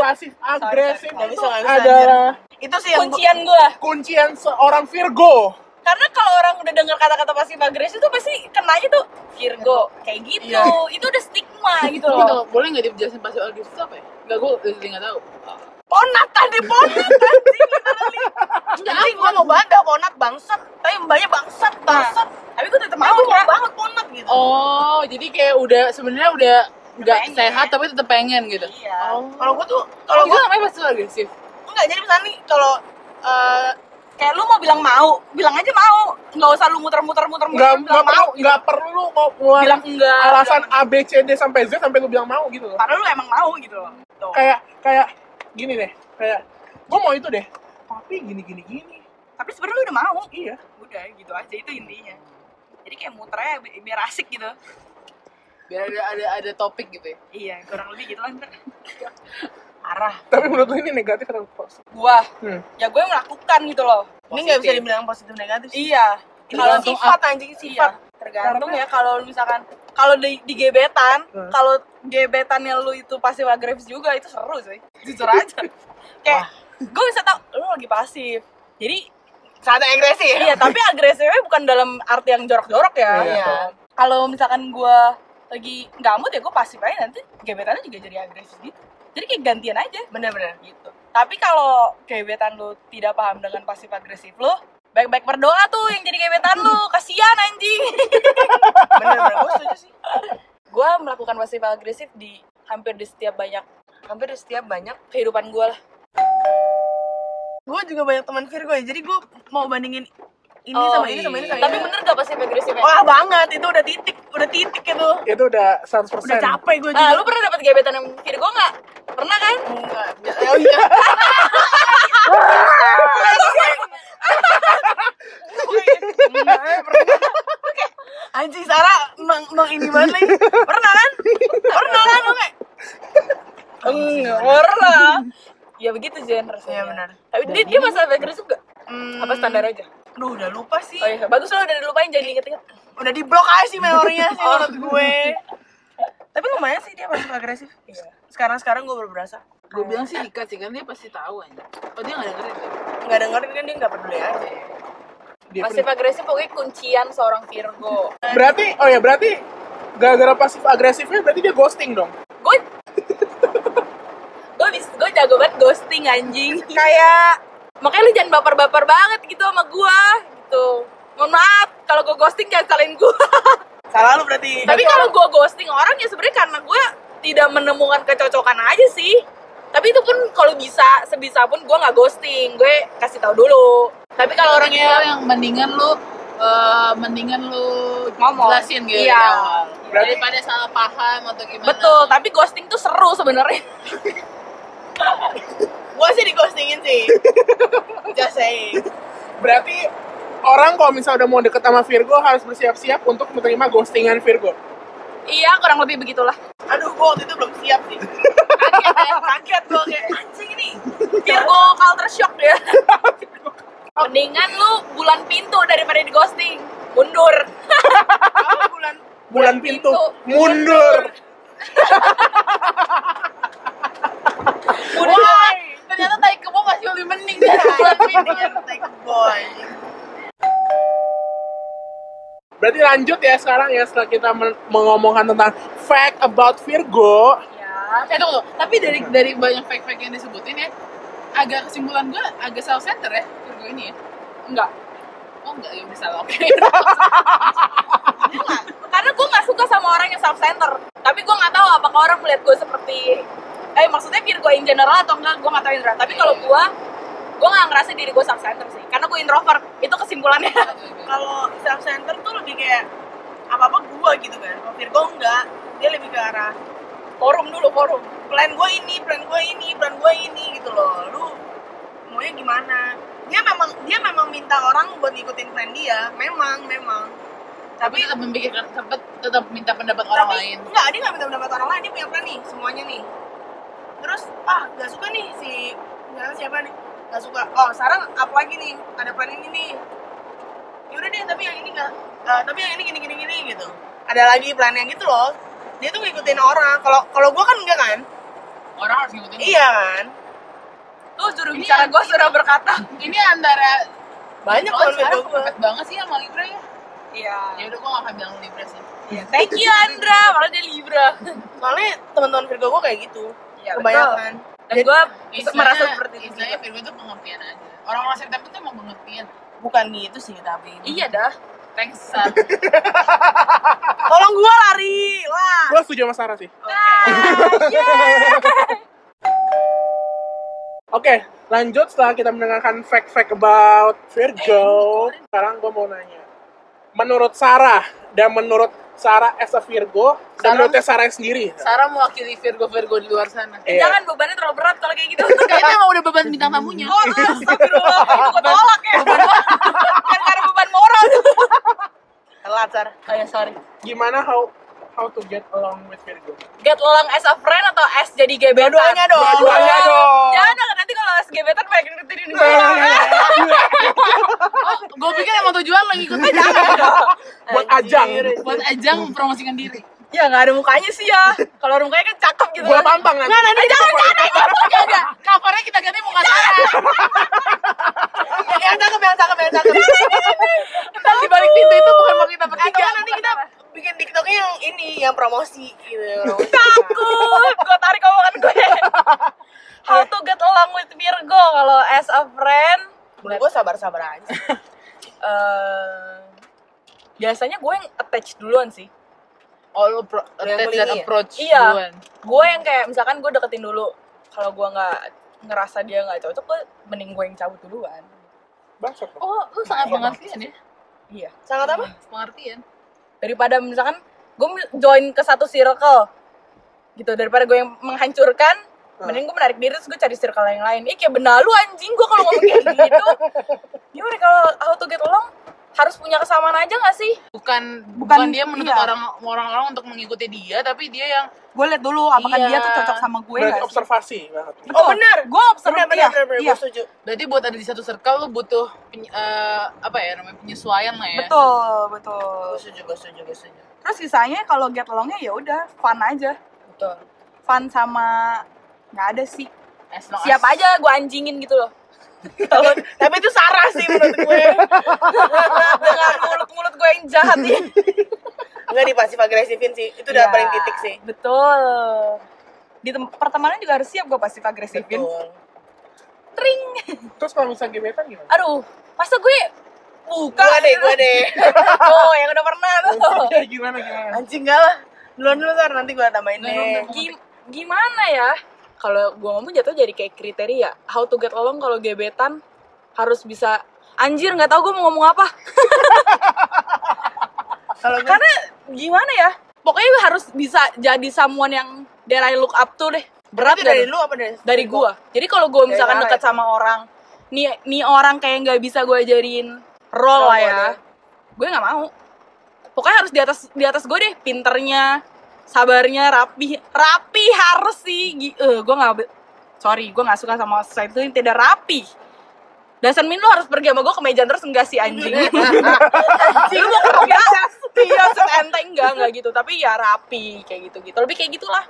[SPEAKER 2] pasif agresif
[SPEAKER 1] sorry. Nggak
[SPEAKER 2] itu
[SPEAKER 1] bisa, nggak bisa,
[SPEAKER 2] adalah
[SPEAKER 1] itu sih yang gua-
[SPEAKER 4] Kuncian gua.
[SPEAKER 2] kuncian seorang Virgo.
[SPEAKER 4] Karena kalau orang udah dengar kata-kata pasif agresif tuh pasti kenanya tuh Virgo kayak gitu. Itu udah stigma gitu
[SPEAKER 3] Tapi
[SPEAKER 4] loh.
[SPEAKER 3] tau, boleh nggak dijelasin pasif agresif itu apa ya? Nggak, gue jadi nggak tahu.
[SPEAKER 1] ponat tadi ponat
[SPEAKER 4] Ya
[SPEAKER 1] anjing gua mau banget dah ponat bangsat tapi mbaknya bangsat bangsat
[SPEAKER 4] Tapi gue tetap
[SPEAKER 1] Tapi
[SPEAKER 4] mau
[SPEAKER 1] gua mau
[SPEAKER 4] Kak.
[SPEAKER 1] banget ponat gitu
[SPEAKER 3] Oh, jadi kayak udah sebenarnya udah nggak
[SPEAKER 1] pengen.
[SPEAKER 3] sehat tapi tetap pengen gitu.
[SPEAKER 4] Iya.
[SPEAKER 1] kalau gua tuh
[SPEAKER 3] Kalau
[SPEAKER 1] kalau
[SPEAKER 3] gue
[SPEAKER 1] gua
[SPEAKER 3] namanya pasif agresif.
[SPEAKER 1] enggak jadi misalnya nih, kalau eh,
[SPEAKER 4] Kayak lu mau bilang mau, bilang aja mau. Nggak usah lu muter-muter muter-muter
[SPEAKER 2] Nggak nggak
[SPEAKER 4] bilang
[SPEAKER 2] perlu
[SPEAKER 4] Iya, mau.
[SPEAKER 2] nggak perlu mau keluar
[SPEAKER 4] Bilang enggak.
[SPEAKER 2] alasan A B C D sampai Z sampai lu bilang mau gitu loh.
[SPEAKER 4] Karena lu emang mau gitu loh. Tuh.
[SPEAKER 2] Kayak kayak gini deh, kayak gue mau itu deh. Tapi gini gini gini.
[SPEAKER 4] Tapi sebenarnya lu udah mau.
[SPEAKER 2] Iya.
[SPEAKER 4] udah gitu aja itu intinya jadi kayak muternya bi- biar asik gitu
[SPEAKER 3] Biar ada ada ada topik gitu ya.
[SPEAKER 4] iya kurang lebih gitu lah ntar arah
[SPEAKER 2] Tapi menurut lu ini negatif atau positif?
[SPEAKER 4] gua
[SPEAKER 2] Hmm.
[SPEAKER 4] ya gue melakukan gitu loh
[SPEAKER 1] ini nggak bisa
[SPEAKER 3] Positif.
[SPEAKER 1] dibilang positif negatif sih
[SPEAKER 4] iya
[SPEAKER 1] kalau
[SPEAKER 3] Tergantung
[SPEAKER 1] sifat Iya. anjing sifat
[SPEAKER 4] sifat tergantung ya kalau misalkan kalau di, di gebetan
[SPEAKER 2] Hmm.
[SPEAKER 4] kalau gebetannya lu itu pasif agresif juga itu seru sih jujur
[SPEAKER 1] [laughs]
[SPEAKER 4] aja kayak gue bisa tau lu lagi pasif jadi
[SPEAKER 1] saat ya. agresif
[SPEAKER 4] iya tapi agresifnya bukan dalam arti yang jorok-jorok ya
[SPEAKER 2] Iya.
[SPEAKER 4] kalau misalkan gua lagi gamut ya gue pasif aja nanti gebetannya juga jadi agresif gitu jadi kayak gantian aja
[SPEAKER 1] bener-bener
[SPEAKER 4] gitu tapi kalau gebetan lu tidak paham dengan pasif agresif lu baik-baik berdoa tuh yang jadi gebetan
[SPEAKER 1] [laughs]
[SPEAKER 4] lu kasihan anjing
[SPEAKER 1] bener-bener gua setuju sih
[SPEAKER 4] gua melakukan pasif agresif di hampir di setiap banyak
[SPEAKER 1] hampir di setiap banyak
[SPEAKER 4] kehidupan gua lah
[SPEAKER 1] gua juga banyak teman Virgo ya jadi gua mau bandingin ini
[SPEAKER 4] Oh,
[SPEAKER 1] sama ini sama ini sama
[SPEAKER 4] tapi
[SPEAKER 1] ini.
[SPEAKER 4] bener gak pasif agresif ya?
[SPEAKER 1] wah banget itu udah titik udah titik itu
[SPEAKER 2] Itu udah 100%
[SPEAKER 1] udah capek gua juga
[SPEAKER 4] nah, lu pernah dapat gebetan yang Virgo nggak pernah kan
[SPEAKER 1] Enggak. Oh iya. Enggak, pernah. Oke. Anjing Sarah meng, meng ini banget lagi. Pernah kan? Pernah kan lu kayak
[SPEAKER 4] Enggak pernah. ya begitu Jen rasanya.
[SPEAKER 1] Iya, benar.
[SPEAKER 4] Tapi dia, dia masa agresif gak?
[SPEAKER 1] hmm,
[SPEAKER 4] Apa standar aja?
[SPEAKER 1] Aduh, udah lupa sih.
[SPEAKER 4] Oh iya, bagus lah udah dilupain jadi inget-inget.
[SPEAKER 1] Udah diblok aja sih memorinya sih menurut gue. Oh. Tapi lumayan sih dia masuk agresif. Sekarang-sekarang gue baru berasa.
[SPEAKER 3] Gue bilang sih ikat sih kan dia pasti tahu aja. Oh dia nggak dengerin. ya?
[SPEAKER 1] Enggak dengerin kan dia enggak peduli aja.
[SPEAKER 2] Dia
[SPEAKER 4] Pasif
[SPEAKER 2] pernah-
[SPEAKER 4] agresif pokoknya kuncian seorang Virgo.
[SPEAKER 2] Berarti oh ya berarti gara-gara pasif agresifnya berarti dia ghosting dong.
[SPEAKER 4] Gue gue bis gue jago banget ghosting anjing.
[SPEAKER 1] Kayak
[SPEAKER 4] Makanya lu jangan baper-baper banget gitu sama gua gitu. Mohon maaf kalau gue ghosting jangan salin gua.
[SPEAKER 1] salah lu berarti.
[SPEAKER 4] Tapi kalau gue ghosting orang ya sebenarnya karena gue tidak menemukan kecocokan aja sih. Tapi itu pun kalau bisa sebisa pun gue nggak ghosting, gue kasih tahu dulu. Tapi
[SPEAKER 3] Kalau
[SPEAKER 4] kalau orangnya
[SPEAKER 3] yang mendingan lu eh, mendingan lu
[SPEAKER 4] Ngomong.
[SPEAKER 3] jelasin gitu
[SPEAKER 4] Iya.
[SPEAKER 3] dari awal.
[SPEAKER 2] Berarti-
[SPEAKER 3] Daripada salah paham atau gimana.
[SPEAKER 4] betul, tapi ghosting tuh seru sebenarnya. [laughs]
[SPEAKER 1] gue sih di ghostingin sih. Just saying.
[SPEAKER 2] Berarti orang kalau misalnya udah mau deket sama Virgo harus bersiap-siap untuk menerima ghostingan Virgo.
[SPEAKER 4] Iya, kurang lebih begitulah.
[SPEAKER 1] Aduh, gua waktu itu belum siap sih.
[SPEAKER 4] Kaget ya.
[SPEAKER 1] Kaget gua kayak anjing nih.
[SPEAKER 4] Biar gue culture shock ya. [laughs] Mendingan lu bulan pintu daripada di ghosting. Mundur.
[SPEAKER 1] Apa bulan
[SPEAKER 2] bulan pintu mundur
[SPEAKER 4] Mundur. Ternyata tai kebo masih lebih mending dari bulan pintu.
[SPEAKER 1] Like boy.
[SPEAKER 2] berarti lanjut ya sekarang ya setelah kita men- mengomongkan tentang fact about Virgo
[SPEAKER 4] Ya.
[SPEAKER 3] Eh tunggu, tunggu. tapi dari dari banyak fake-fake yang disebutin ya, agak kesimpulan gue agak self center ya Virgo ini ya.
[SPEAKER 4] Enggak.
[SPEAKER 3] Oh enggak, ya bisa lah, oke. [laughs]
[SPEAKER 4] Enggak. Karena gue nggak suka sama orang yang self center. Tapi gue nggak tahu apakah orang melihat gue seperti eh maksudnya Virgo in general atau enggak gue nggak tahu in general. Tapi kalau gue gue nggak ngerasa diri gue self center sih. Karena gue introvert. Itu kesimpulannya. [laughs]
[SPEAKER 1] Kalau self center tuh lebih kayak apa apa gua gitu kan. Kalau Virgo enggak, dia lebih ke arah forum dulu forum. Plan gua ini, plan gua ini, plan gua ini gitu loh. Lu maunya gimana? Dia memang dia memang minta orang buat ngikutin plan dia. Memang, memang.
[SPEAKER 3] tapi tetap memikirkan, tetap, tetap minta pendapat orang
[SPEAKER 1] tapi
[SPEAKER 3] lain.
[SPEAKER 1] enggak dia nggak minta pendapat orang lain dia punya plan nih semuanya nih terus ah nggak suka nih si misalnya siapa nih nggak suka oh sekarang apa lagi nih ada plan ini nih yaudah deh tapi yang ini nggak eh, tapi yang ini gini gini gini gitu ada lagi plan yang gitu loh dia tuh ngikutin orang kalau kalau gue kan enggak kan
[SPEAKER 3] Orang harus ngikutin.
[SPEAKER 1] iya kan
[SPEAKER 4] Tuh juru bicara gue sudah berkata.
[SPEAKER 3] Ini antara
[SPEAKER 1] banyak
[SPEAKER 3] Oh,
[SPEAKER 1] loh
[SPEAKER 3] sekarang
[SPEAKER 1] gue
[SPEAKER 3] kepepet banget sih sama Libra ya. Ya
[SPEAKER 4] Iya.
[SPEAKER 3] udah gua gak akan bilang Libra sih.
[SPEAKER 4] Thank you Andra, malah dia Libra.
[SPEAKER 1] soalnya teman-teman Virgo gue kayak gitu
[SPEAKER 4] Iya,
[SPEAKER 1] kebanyakan
[SPEAKER 4] Dan gue
[SPEAKER 3] Istilahnya-
[SPEAKER 4] merasa seperti itu.
[SPEAKER 3] Istilahnya Virgo itu pengertian aja. Orang-orang September tuh emang pengertian.
[SPEAKER 1] bukan gitu sih tapi
[SPEAKER 4] Iya dah.
[SPEAKER 3] Thanks, Sat.
[SPEAKER 1] tolong gue lari
[SPEAKER 2] [laughs]
[SPEAKER 1] lah
[SPEAKER 2] gue setuju sama Sarah sih oke lanjut setelah kita mendengarkan fact-fact about Virgo sekarang gue mau nanya menurut Sarah dan menurut Sarah as a Virgo
[SPEAKER 3] Sarah-
[SPEAKER 2] dan menurutnya Sarah sendiri
[SPEAKER 3] Sarah mewakili Virgo-Virgo di luar sana.
[SPEAKER 2] Iya.
[SPEAKER 4] Jangan bebannya terlalu berat kalau kayak gitu. [laughs]
[SPEAKER 3] Kayaknya emang udah beban bintang tamunya.
[SPEAKER 4] Oh, astagfirullah, itu gue tolak ya. Bukan karena beban moral.
[SPEAKER 1] telat Sar.
[SPEAKER 4] Oh ya, sorry.
[SPEAKER 2] gimana how how to get along with
[SPEAKER 3] [laughs]
[SPEAKER 2] Virgo
[SPEAKER 4] Get along as a friend atau as jadi gebetan?
[SPEAKER 1] Dua-duanya dong.
[SPEAKER 2] Dua-duanya dong.
[SPEAKER 4] Jangan dong, nanti kalau as gebetan banyak yang ngikutin gue.
[SPEAKER 3] Oh, gue pikir emang tujuan lo ngikutin
[SPEAKER 2] buat ajang
[SPEAKER 3] [laughs] buat ajang mempromosikan diri.
[SPEAKER 4] Ya nggak ada mukanya sih ya. Kalau ada mukanya kan cakep gitu.
[SPEAKER 2] gue tampang nanti
[SPEAKER 4] Nah, nanti jangan, jangan, jangan.
[SPEAKER 3] Enggak, enggak. Covernya kita ganti muka Sarah.
[SPEAKER 1] yang Ya, cakep yang cakep yang
[SPEAKER 4] [laughs] Iya,
[SPEAKER 1] cakep
[SPEAKER 3] Ntar di balik pintu itu bukan mau kita
[SPEAKER 1] atau
[SPEAKER 4] Iya.
[SPEAKER 3] bertiga.
[SPEAKER 1] kan nanti kita bikin tiktoknya yang ini yang promosi gitu promosi.
[SPEAKER 4] Takut, gue tarik omongan
[SPEAKER 3] [laughs]
[SPEAKER 4] gue. How to get along with Virgo kalau as a friend?
[SPEAKER 1] Menurut gue sabar sabar aja
[SPEAKER 4] eh, biasanya gue yang attach duluan sih.
[SPEAKER 3] All appro-
[SPEAKER 1] Yang
[SPEAKER 3] attach
[SPEAKER 1] kuning
[SPEAKER 3] dan
[SPEAKER 1] ya?
[SPEAKER 3] approach
[SPEAKER 4] Iya.
[SPEAKER 3] duluan.
[SPEAKER 4] gue yang kayak misalkan gue deketin dulu kalau gue nggak ngerasa dia nggak cocok gue mending gue yang cabut duluan
[SPEAKER 2] Bangsat dong.
[SPEAKER 3] Oh, lu sangat
[SPEAKER 4] Iya,
[SPEAKER 3] pengertian ya?
[SPEAKER 4] iya
[SPEAKER 1] sangat apa
[SPEAKER 3] Pengertian.
[SPEAKER 4] daripada misalkan gue join ke satu circle gitu daripada gue yang menghancurkan
[SPEAKER 5] Hmm.
[SPEAKER 4] mending gue menarik diri terus gue cari circle yang lain eh kayak benalu anjing gue kalau ngomong
[SPEAKER 5] [laughs]
[SPEAKER 4] kayak gitu gimana kalau how to get along harus punya kesamaan aja nggak sih
[SPEAKER 3] Bukan, bukan dia menuntut
[SPEAKER 1] iya.
[SPEAKER 3] orang orang-orang untuk mengikuti dia, tapi dia yang
[SPEAKER 5] gue liat dulu apakah dia
[SPEAKER 3] Iya.
[SPEAKER 5] tuh cocok sama gue
[SPEAKER 2] berarti
[SPEAKER 5] nggak sih?
[SPEAKER 2] observasi banget
[SPEAKER 1] oh benar
[SPEAKER 5] gue
[SPEAKER 1] benar
[SPEAKER 5] observasi
[SPEAKER 4] ya.
[SPEAKER 1] benar benar benar
[SPEAKER 5] iya,
[SPEAKER 1] gue setuju
[SPEAKER 3] berarti buat ada di satu circle lu butuh peny- eh, apa ya namanya penyesuaian lah ya.
[SPEAKER 5] betul
[SPEAKER 1] gue
[SPEAKER 5] betul
[SPEAKER 1] setuju gue setuju gue setuju
[SPEAKER 5] terus sisanya kalau get alongnya ya udah fun aja
[SPEAKER 4] betul
[SPEAKER 5] fun sama nggak ada sih
[SPEAKER 3] As long as-
[SPEAKER 4] siap aja gue anjingin gitu
[SPEAKER 5] [laughs]
[SPEAKER 4] loh
[SPEAKER 1] Kalau- tapi itu Sarah sih menurut gue
[SPEAKER 4] Iya. dengan mulut-mulut gue yang jahat ya
[SPEAKER 1] enggak di pasif agresifin sih itu udah
[SPEAKER 4] Iya.
[SPEAKER 5] Ya,
[SPEAKER 1] paling titik sih
[SPEAKER 5] betul di tem- pertemanan juga harus siap gue pasif agresifin
[SPEAKER 1] Betul.
[SPEAKER 4] ring
[SPEAKER 2] terus kalau misalnya gebetan gimana
[SPEAKER 4] aduh masa gue [laughs] buka
[SPEAKER 1] gue deh gue deh
[SPEAKER 4] oh yang udah pernah
[SPEAKER 1] [laughs]
[SPEAKER 3] Oh.
[SPEAKER 4] tuh
[SPEAKER 2] [laughs]
[SPEAKER 4] Nah,
[SPEAKER 2] ya gimana gimana
[SPEAKER 1] anjing enggak lah duluan dulu Sar nanti gue tambahin
[SPEAKER 3] Nah, nah,
[SPEAKER 1] deh
[SPEAKER 3] nah.
[SPEAKER 4] Gim- gimana ya kalau gue ngomong jatuh jadi kayak kriteria how to get along kalau gebetan harus bisa anjir nggak tahu gue mau ngomong apa
[SPEAKER 1] kalau gue
[SPEAKER 4] karena gimana ya pokoknya gue harus bisa jadi someone yang that I look up to deh berat
[SPEAKER 1] berarti dari
[SPEAKER 4] dari
[SPEAKER 1] lu apa dari
[SPEAKER 4] dari gue jadi kalau gue
[SPEAKER 1] gitu. Dari
[SPEAKER 4] misalkan
[SPEAKER 1] Sarah
[SPEAKER 4] deket
[SPEAKER 1] ya?
[SPEAKER 4] sama orang nih nih orang kayak nggak bisa gue jadiin role
[SPEAKER 1] Role
[SPEAKER 4] lah ya
[SPEAKER 1] model.
[SPEAKER 4] gue nggak mau pokoknya harus di atas di atas gue deh pinternya sabarnya rapi rapi harus sih Gi- eh gue nggak be- sorry gue nggak suka sama sesuatu yang tidak rapi Dasan Min lu harus pergi sama gue ke meja terus enggak sih anjing Anjing lu mau ke meja Iya enteng enggak enggak gitu Tapi ya rapi kayak gitu-gitu Lebih kayak gitulah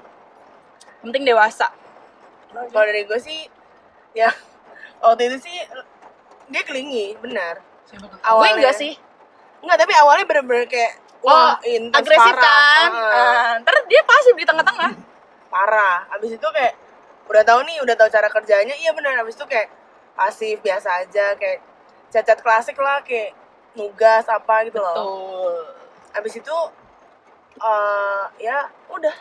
[SPEAKER 4] Penting dewasa
[SPEAKER 1] Kalau dari gue sih, ya [laughs] waktu itu sih dia kelingi, benar.
[SPEAKER 4] Gue
[SPEAKER 1] Awalnya.
[SPEAKER 4] enggak sih
[SPEAKER 1] Enggak, tapi awalnya bener-bener kayak wah, intens,
[SPEAKER 4] Oh, Agresif
[SPEAKER 1] parah.
[SPEAKER 4] kan
[SPEAKER 1] Heeh,
[SPEAKER 4] Eh, Ntar dia pasif di tengah-tengah
[SPEAKER 1] parah. Abis itu kayak udah tahu nih, udah tahu cara kerjanya. Iya benar. Abis itu kayak pasif biasa aja, kayak cacat klasik lah, kayak nugas apa gitu loh.
[SPEAKER 4] Tuh
[SPEAKER 1] Abis itu eh ya udah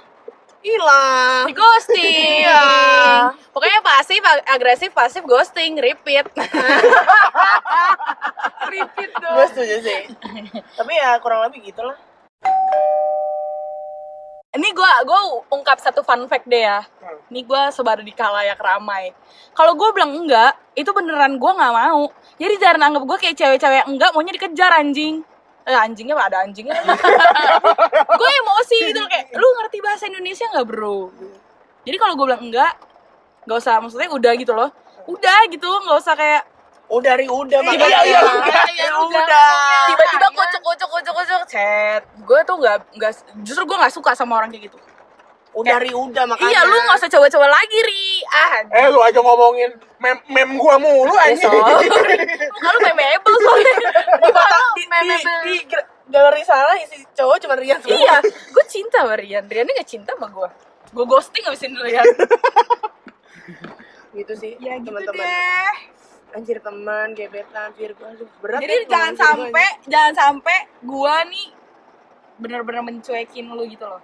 [SPEAKER 1] hilang.
[SPEAKER 4] Di ghosting
[SPEAKER 1] Iya.
[SPEAKER 4] Pokoknya pasif, ag- agresif, pasif, ghosting, repeat Repeat
[SPEAKER 1] Gue setuju
[SPEAKER 4] [laughs]
[SPEAKER 1] sih. tapi ya kurang lebih gitulah.
[SPEAKER 4] Ini gue gua ungkap satu fun fact deh ya.
[SPEAKER 2] Hmm.
[SPEAKER 4] Ini gue sebar di kalayak ramai. Kalau gue bilang enggak, itu beneran gue nggak mau. Jadi jangan anggap gue kayak cewek-cewek yang enggak maunya dikejar anjing. Eh, anjingnya apa ada anjingnya? gue emosi gitu loh, kayak lu ngerti bahasa Indonesia nggak bro? Jadi kalau gue bilang enggak, nggak usah maksudnya udah gitu loh. Udah gitu, nggak usah kayak
[SPEAKER 1] Udah Oh, dari udah
[SPEAKER 4] Iya,
[SPEAKER 1] makanya. Ya
[SPEAKER 4] iya,
[SPEAKER 1] udah.
[SPEAKER 4] tiba-tiba kocok kocok kocok kocok chat. Gue tuh nggak nggak justru gue nggak suka sama orang kayak gitu.
[SPEAKER 1] Udah Oh, dari udah makanya.
[SPEAKER 4] Iya, lu nggak usah coba-coba lagi, Ri. Ah,
[SPEAKER 2] Eh lu aja ngomongin mem mem gua mulu anjing.
[SPEAKER 4] Muka Iya, lu memeable soalnya.
[SPEAKER 1] di
[SPEAKER 4] Muka
[SPEAKER 1] mata
[SPEAKER 4] lu
[SPEAKER 1] di, di,
[SPEAKER 4] memeable.
[SPEAKER 1] di gra- galeri sana isi ya, cowok cuma Rian semua.
[SPEAKER 4] Iya, gue cinta sama Rian. Riannya gak cinta sama gue. Gue ghosting abisin Rian.
[SPEAKER 1] gitu sih
[SPEAKER 4] Ya gitu
[SPEAKER 1] teman-teman
[SPEAKER 4] deh.
[SPEAKER 1] anjir teman gebetan Virgo aduh berat ya,
[SPEAKER 4] Jadi
[SPEAKER 1] teman
[SPEAKER 4] jangan
[SPEAKER 1] Virgo
[SPEAKER 4] sampai,
[SPEAKER 1] ini.
[SPEAKER 4] jangan sampai gue nih bener-bener mencuekin lu gitu loh.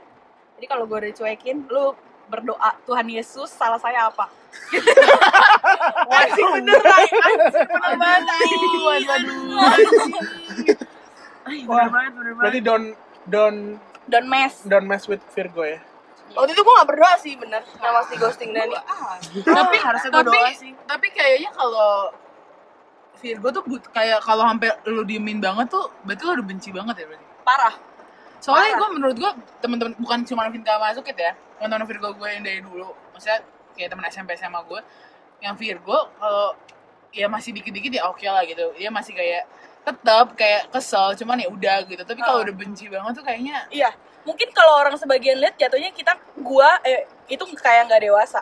[SPEAKER 4] Jadi kalau gue udah cuekin, lu berdoa Tuhan Yesus salah saya apa?
[SPEAKER 1] anjing bener Rai anjing bener banget
[SPEAKER 4] Aduh,
[SPEAKER 1] anjing
[SPEAKER 2] Wah, Berarti don't don't
[SPEAKER 4] Don't mess.
[SPEAKER 2] don't mess with Virgo ya.
[SPEAKER 1] waktu itu gua gak berdoa sih bener yang mas di ghosting Dani gitu.
[SPEAKER 3] tapi
[SPEAKER 1] harusnya gua
[SPEAKER 3] tapi
[SPEAKER 1] doa sih.
[SPEAKER 3] tapi kayaknya kalau Virgo tuh but, kayak kalau sampai lu diemin banget tuh berarti lu udah benci banget ya berarti
[SPEAKER 4] Parah.
[SPEAKER 3] soalnya gue menurut gue teman-teman bukan cuma Vinka masuk ya teman-teman Virgo gue yang dari dulu maksudnya kayak teman SMP SMA gue yang Virgo kalau ya masih dikit-dikit ya oke lah gitu dia masih kayak tetap kayak kesel cuman ya udah gitu tapi
[SPEAKER 4] Ah.
[SPEAKER 3] kalau udah benci banget tuh kayaknya
[SPEAKER 4] Iya. Mungkin kalau orang sebagian lihat jatuhnya kita gua eh, itu kayak nggak dewasa.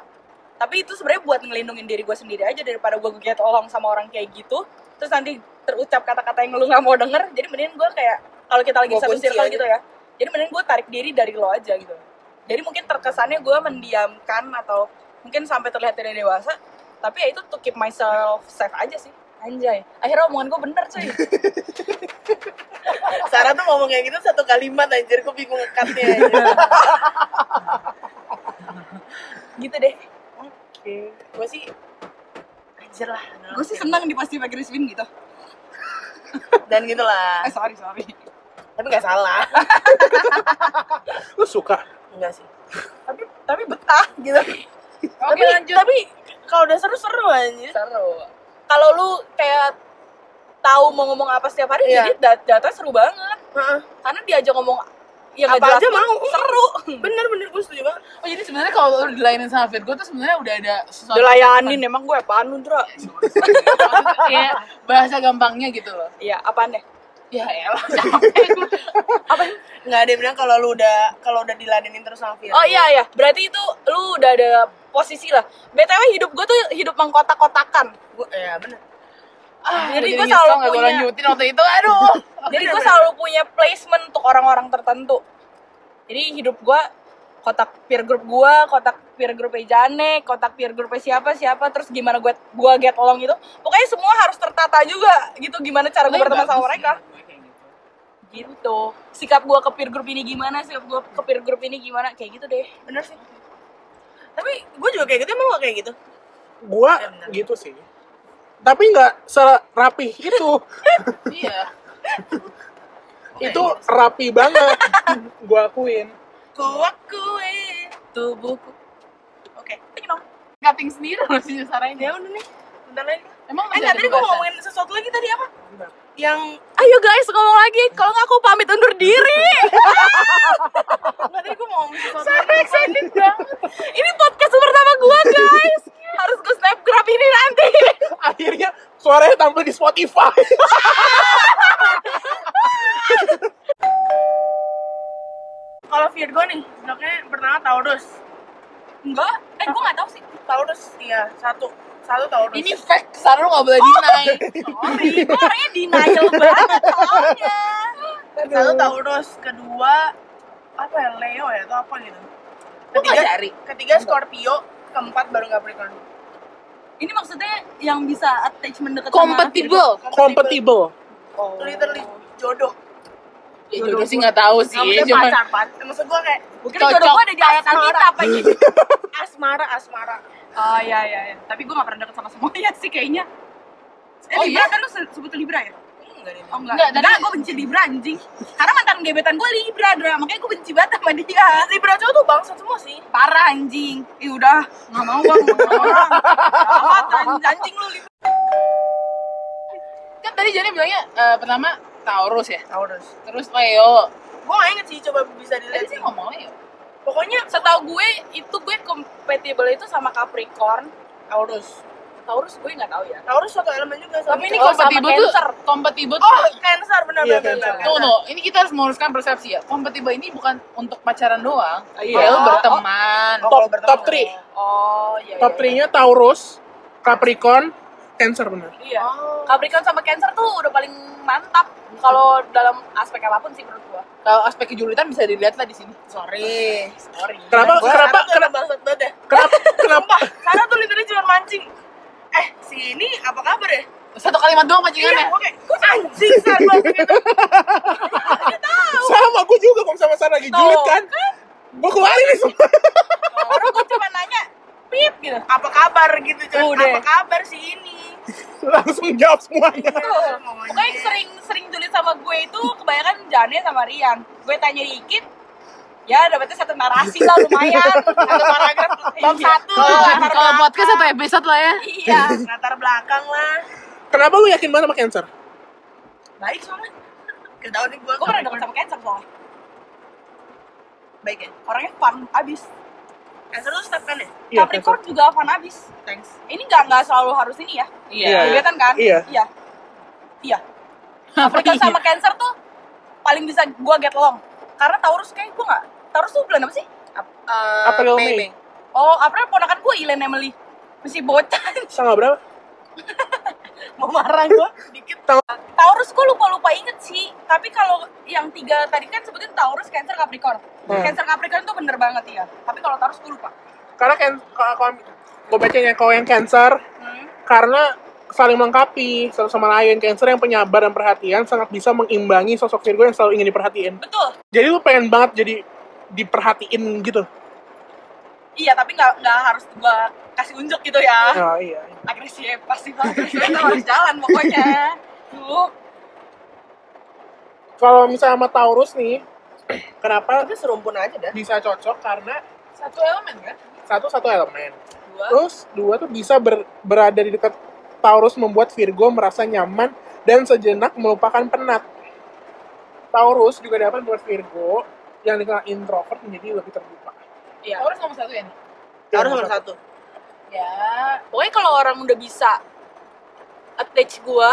[SPEAKER 4] Tapi itu sebenarnya buat ngelindungin diri gua sendiri aja daripada gua get tolong sama orang kayak gitu. Terus nanti terucap kata-kata yang lu nggak mau denger. Jadi mending gua kayak kalau kita lagi
[SPEAKER 1] Gua
[SPEAKER 4] satu
[SPEAKER 1] kunci
[SPEAKER 4] circle
[SPEAKER 1] aja.
[SPEAKER 4] gitu ya. Jadi mending gua tarik diri dari lo aja gitu. Jadi mungkin terkesannya gua mendiamkan atau mungkin sampai terlihat tidak dewasa. Tapi ya itu to keep myself safe aja sih. Anjay, akhirnya omongan gua bener
[SPEAKER 1] [laughs]
[SPEAKER 4] cuy.
[SPEAKER 1] Sarah tuh ngomong kayak gitu satu kalimat anjir gua bingung ngekatnya ya. anjir.
[SPEAKER 4] gitu deh.
[SPEAKER 1] oke gua sih anjir lah gitu.
[SPEAKER 4] Gue sih senang di pasti pakai Rizwin gitu.
[SPEAKER 1] dan gitu lah
[SPEAKER 4] Eh sorry sorry.
[SPEAKER 1] tapi gak salah
[SPEAKER 2] Lu suka?
[SPEAKER 1] enggak sih
[SPEAKER 4] tapi tapi betah gitu
[SPEAKER 1] tapi tapi kalau udah seru seru anjir
[SPEAKER 4] seru kalau lu kayak tahu mau ngomong apa setiap hari
[SPEAKER 1] Iya.
[SPEAKER 4] jadi dat data seru banget
[SPEAKER 1] Heeh.
[SPEAKER 4] karena diajak ngomong yang
[SPEAKER 1] Apa aja mau.
[SPEAKER 4] seru
[SPEAKER 1] bener bener gua setuju banget
[SPEAKER 3] oh jadi sebenarnya kalau lu dilayanin sama Virgo tuh sebenarnya udah ada sesuatu
[SPEAKER 4] Ya, emang gue apaan lu Dra? ya.
[SPEAKER 3] [laughs] Kayak Iya, bahasa gampangnya gitu loh
[SPEAKER 4] iya apaan deh
[SPEAKER 3] ya elah
[SPEAKER 1] nggak ada yang bilang kalau lu udah kalau udah diladenin terus sama Virgo
[SPEAKER 4] oh iya iya berarti itu lu udah ada posisi lah btw hidup gue tuh hidup mengkotak-kotakan
[SPEAKER 1] gua ya bener
[SPEAKER 4] Ah, jadi
[SPEAKER 3] Jadi
[SPEAKER 4] gue
[SPEAKER 3] nyesel
[SPEAKER 4] selalu
[SPEAKER 3] nggak gua
[SPEAKER 4] punya
[SPEAKER 3] lanjutin waktu itu aduh
[SPEAKER 4] [laughs] jadi gue selalu punya placement untuk orang-orang tertentu jadi hidup gue kotak peer group gue kotak peer group E Jane kotak peer group siapa siapa terus gimana gue gue get along gitu pokoknya semua harus tertata juga gitu gimana cara gue berteman sama mereka gitu sikap gue ke peer group ini gimana sikap gue ke peer group ini gimana kayak gitu deh
[SPEAKER 1] bener sih tapi gue juga kayak gitu emang lo kayak gitu
[SPEAKER 2] Gua gitu sih. Tapi nggak serapih itu.
[SPEAKER 3] iya
[SPEAKER 2] [laughs] itu rapi banget. gua akuin.
[SPEAKER 1] ku akuin
[SPEAKER 4] tubuhku oke okay. you know.
[SPEAKER 3] cutting sendiri loh sih sarain
[SPEAKER 1] ya udah nih bentar lagi
[SPEAKER 3] Emang
[SPEAKER 1] Eh,
[SPEAKER 3] masih
[SPEAKER 1] nggak,
[SPEAKER 3] ada
[SPEAKER 1] tadi gue
[SPEAKER 3] pembahasan?
[SPEAKER 1] ngomongin sesuatu lagi tadi apa? Yang
[SPEAKER 4] Ayo guys ngomong lagi, kalau nggak aku pamit undur diri. [laughs]
[SPEAKER 1] nggak tadi gue mau ngomongin sesuatu.
[SPEAKER 4] Sorry, excited banget. Ini podcast pertama gua guys. Harus gue snapgrab ini nanti.
[SPEAKER 2] Akhirnya suaranya tampil di Spotify.
[SPEAKER 1] Kalau Virgo nih, zodiaknya pertama Taurus.
[SPEAKER 4] Enggak, eh gue nggak tahu sih.
[SPEAKER 1] Taurus iya, satu. Satu Taurus.
[SPEAKER 3] Ini fact, Sarah lu nggak boleh deny.
[SPEAKER 4] Oh. Sorry, gue orangnya denial banget soalnya.
[SPEAKER 1] satu Taurus, kedua apa ya Leo ya atau apa gitu. Ketiga
[SPEAKER 3] cari?
[SPEAKER 1] Ketiga Scorpio, keempat baru Capricorn.
[SPEAKER 4] Ini maksudnya yang bisa attachment deket
[SPEAKER 3] Compatible.
[SPEAKER 2] [laughs] Compatible.
[SPEAKER 1] Itu literally jodoh.
[SPEAKER 3] Ya, jodoh sih nggak tahu
[SPEAKER 4] Iya,
[SPEAKER 3] sih,
[SPEAKER 1] Nggak maksudnya
[SPEAKER 3] cuma
[SPEAKER 1] pacar, pacar. Eh, Maksud gue kayak
[SPEAKER 4] Mungkin jodoh gue ada di ayat
[SPEAKER 1] Asmara.
[SPEAKER 4] Alkitab apa gitu.
[SPEAKER 1] asmara, asmara.
[SPEAKER 4] Oh iya iya iya. Tapi gue gak pernah deket sama semuanya sih kayaknya. Eh,
[SPEAKER 3] Oh,
[SPEAKER 4] Libra
[SPEAKER 3] iya?
[SPEAKER 4] kan lu se- sebut Libra ya?
[SPEAKER 1] Enggak deh.
[SPEAKER 4] Oh enggak.
[SPEAKER 3] Enggak,
[SPEAKER 4] Enggak,
[SPEAKER 3] tadi-
[SPEAKER 4] gue benci Libra anjing. Karena mantan gebetan gue Libra, Dra. Makanya gue benci banget sama dia.
[SPEAKER 1] Libra cowok tuh bangsa semua sih.
[SPEAKER 4] Parah anjing. Ih udah, enggak mau gua sama orang.
[SPEAKER 1] Amat anj- anjing lu Libra.
[SPEAKER 3] kan tadi jadi bilangnya eh, pertama Taurus ya,
[SPEAKER 1] Taurus.
[SPEAKER 3] terus iya, oh. Leo.
[SPEAKER 1] Gue gak inget sih, coba bisa
[SPEAKER 3] Tadi
[SPEAKER 1] dilihat sih.
[SPEAKER 3] sih ya? ngomong Leo.
[SPEAKER 1] Pokoknya
[SPEAKER 4] Setahu gue itu gue compatible itu sama Capricorn.
[SPEAKER 1] Taurus.
[SPEAKER 4] Taurus gue nggak tahu ya.
[SPEAKER 1] Taurus satu elemen juga. sama
[SPEAKER 3] Tapi ini
[SPEAKER 1] kita.
[SPEAKER 4] Oh, sama
[SPEAKER 3] kompatibel tuh,
[SPEAKER 4] Cancer.
[SPEAKER 3] kompatibel tuh.
[SPEAKER 1] Oh, Cancer benar benar
[SPEAKER 2] Iya,
[SPEAKER 1] benar.
[SPEAKER 2] Cancer.
[SPEAKER 1] benar.
[SPEAKER 3] Tuh, tuh, ini kita harus meluruskan persepsi ya. Kompatibel ini bukan untuk pacaran doang.
[SPEAKER 2] Iya.
[SPEAKER 3] Kayak lu
[SPEAKER 4] Oh,
[SPEAKER 3] berteman.
[SPEAKER 1] Oh,
[SPEAKER 2] Top
[SPEAKER 1] kalau berteman.
[SPEAKER 2] top 3.
[SPEAKER 4] Oh iya.
[SPEAKER 2] Top 3-nya Taurus, Capricorn, Cancer benar.
[SPEAKER 4] Iya.
[SPEAKER 1] Oh.
[SPEAKER 4] Capricorn sama Cancer tuh udah paling mantap kalau dalam aspek apapun sih menurut gue.
[SPEAKER 3] Kalau aspek kejulitan bisa dilihat lah di sini.
[SPEAKER 1] Sorry.
[SPEAKER 4] Sorry.
[SPEAKER 2] Kenapa
[SPEAKER 1] Gua
[SPEAKER 2] kenapa
[SPEAKER 1] Sarah tuh emang bangsat banget ya.
[SPEAKER 2] kenapa kenapa
[SPEAKER 1] Sarah tuh literally cuma mancing. Eh, si ini apa kabar ya?
[SPEAKER 3] Satu kalimat doang kan, ya?
[SPEAKER 1] Iya,
[SPEAKER 3] pancingannya.
[SPEAKER 1] oke. Kok anjing Sarah langsung gitu.
[SPEAKER 2] sama gue juga kalau sama Sarah lagi julid kan? Gue keluarin nih semua. [laughs]
[SPEAKER 1] Baru gue cuma nanya, pip gitu. Apa kabar gitu, cuman,
[SPEAKER 4] Udah.
[SPEAKER 1] Apa kabar si ini?
[SPEAKER 2] Langsung jawab semuanya.
[SPEAKER 1] Tuh,
[SPEAKER 4] Gitu. Pokoknya yang sering-sering julid sama gue itu kebanyakan Jane sama Rian. Gue tanya dikit, ya dapetnya satu narasi lah
[SPEAKER 1] [laughs]
[SPEAKER 4] lumayan. Iya. Satu paragraf, bab satu,
[SPEAKER 3] Kalau
[SPEAKER 1] Latar
[SPEAKER 3] kalau
[SPEAKER 1] belakang.
[SPEAKER 3] podcast satu episode lah ya.
[SPEAKER 4] iya.
[SPEAKER 1] latar belakang lah.
[SPEAKER 2] Kenapa lu yakin banget sama Cancer?
[SPEAKER 1] Baik soalnya. Gak tau nih gue.
[SPEAKER 4] Gue pernah deket sama Cancer soalnya.
[SPEAKER 1] Baik ya.
[SPEAKER 4] Orangnya fun abis.
[SPEAKER 1] Cancer tuh step kan ya?
[SPEAKER 2] Iya,
[SPEAKER 4] Capricorn juga fun abis.
[SPEAKER 1] Thanks.
[SPEAKER 4] Ini nggak nggak selalu harus ini ya.
[SPEAKER 2] Iya.
[SPEAKER 4] Kelihatan kan?
[SPEAKER 2] Iya.
[SPEAKER 4] Iya. Iya.
[SPEAKER 3] Apa
[SPEAKER 4] Capricorn
[SPEAKER 3] iya?
[SPEAKER 4] sama Cancer tuh paling bisa gue get along. Karena Taurus kayak gue nggak. Taurus tuh bulan apa sih?
[SPEAKER 1] Eh,
[SPEAKER 2] Apa lu
[SPEAKER 1] Mei,
[SPEAKER 2] Mei?
[SPEAKER 1] Mei.
[SPEAKER 4] Oh, April ponakan gue Ilen Emily. Masih bocah,
[SPEAKER 2] Sama berapa?
[SPEAKER 4] [laughs] mau marah gue.
[SPEAKER 1] Dikit.
[SPEAKER 4] Taurus gue lupa-lupa inget sih. Tapi kalau yang tiga tadi kan sebutin Taurus, Cancer, Capricorn.
[SPEAKER 2] Hmm.
[SPEAKER 4] Cancer, Capricorn tuh bener banget ya. Tapi kalau Taurus gue lupa.
[SPEAKER 2] Karena kan kalau gue bacanya kalau yang Cancer
[SPEAKER 4] Hmm.
[SPEAKER 2] karena saling melengkapi satu sama lain. Cancer yang penyabar dan perhatian sangat bisa mengimbangi sosok Virgo yang selalu ingin diperhatiin.
[SPEAKER 4] Betul.
[SPEAKER 2] Jadi lu pengen banget jadi diperhatiin gitu.
[SPEAKER 4] Iya, tapi nggak nggak harus gue kasih unjuk gitu ya.
[SPEAKER 2] Oh, iya.
[SPEAKER 4] Agresif, eh, pasti banget. Kita harus jalan pokoknya. Duh,
[SPEAKER 2] Kalau misalnya sama Taurus nih, [clears throat] kenapa
[SPEAKER 1] Tapi serumpun aja dah.
[SPEAKER 2] bisa cocok karena
[SPEAKER 3] Satu elemen kan?
[SPEAKER 2] satu satu elemen.
[SPEAKER 4] Dua.
[SPEAKER 2] Terus dua tuh bisa ber- berada di dekat Taurus membuat Virgo merasa nyaman dan sejenak melupakan penat. Taurus juga dapat membuat Virgo yang dikenal introvert menjadi lebih terbuka.
[SPEAKER 4] Iya.
[SPEAKER 3] Taurus sama satu ya nih.
[SPEAKER 2] Iya,
[SPEAKER 1] Harus nomor satu.
[SPEAKER 4] ya pokoknya kalau orang udah bisa attach gue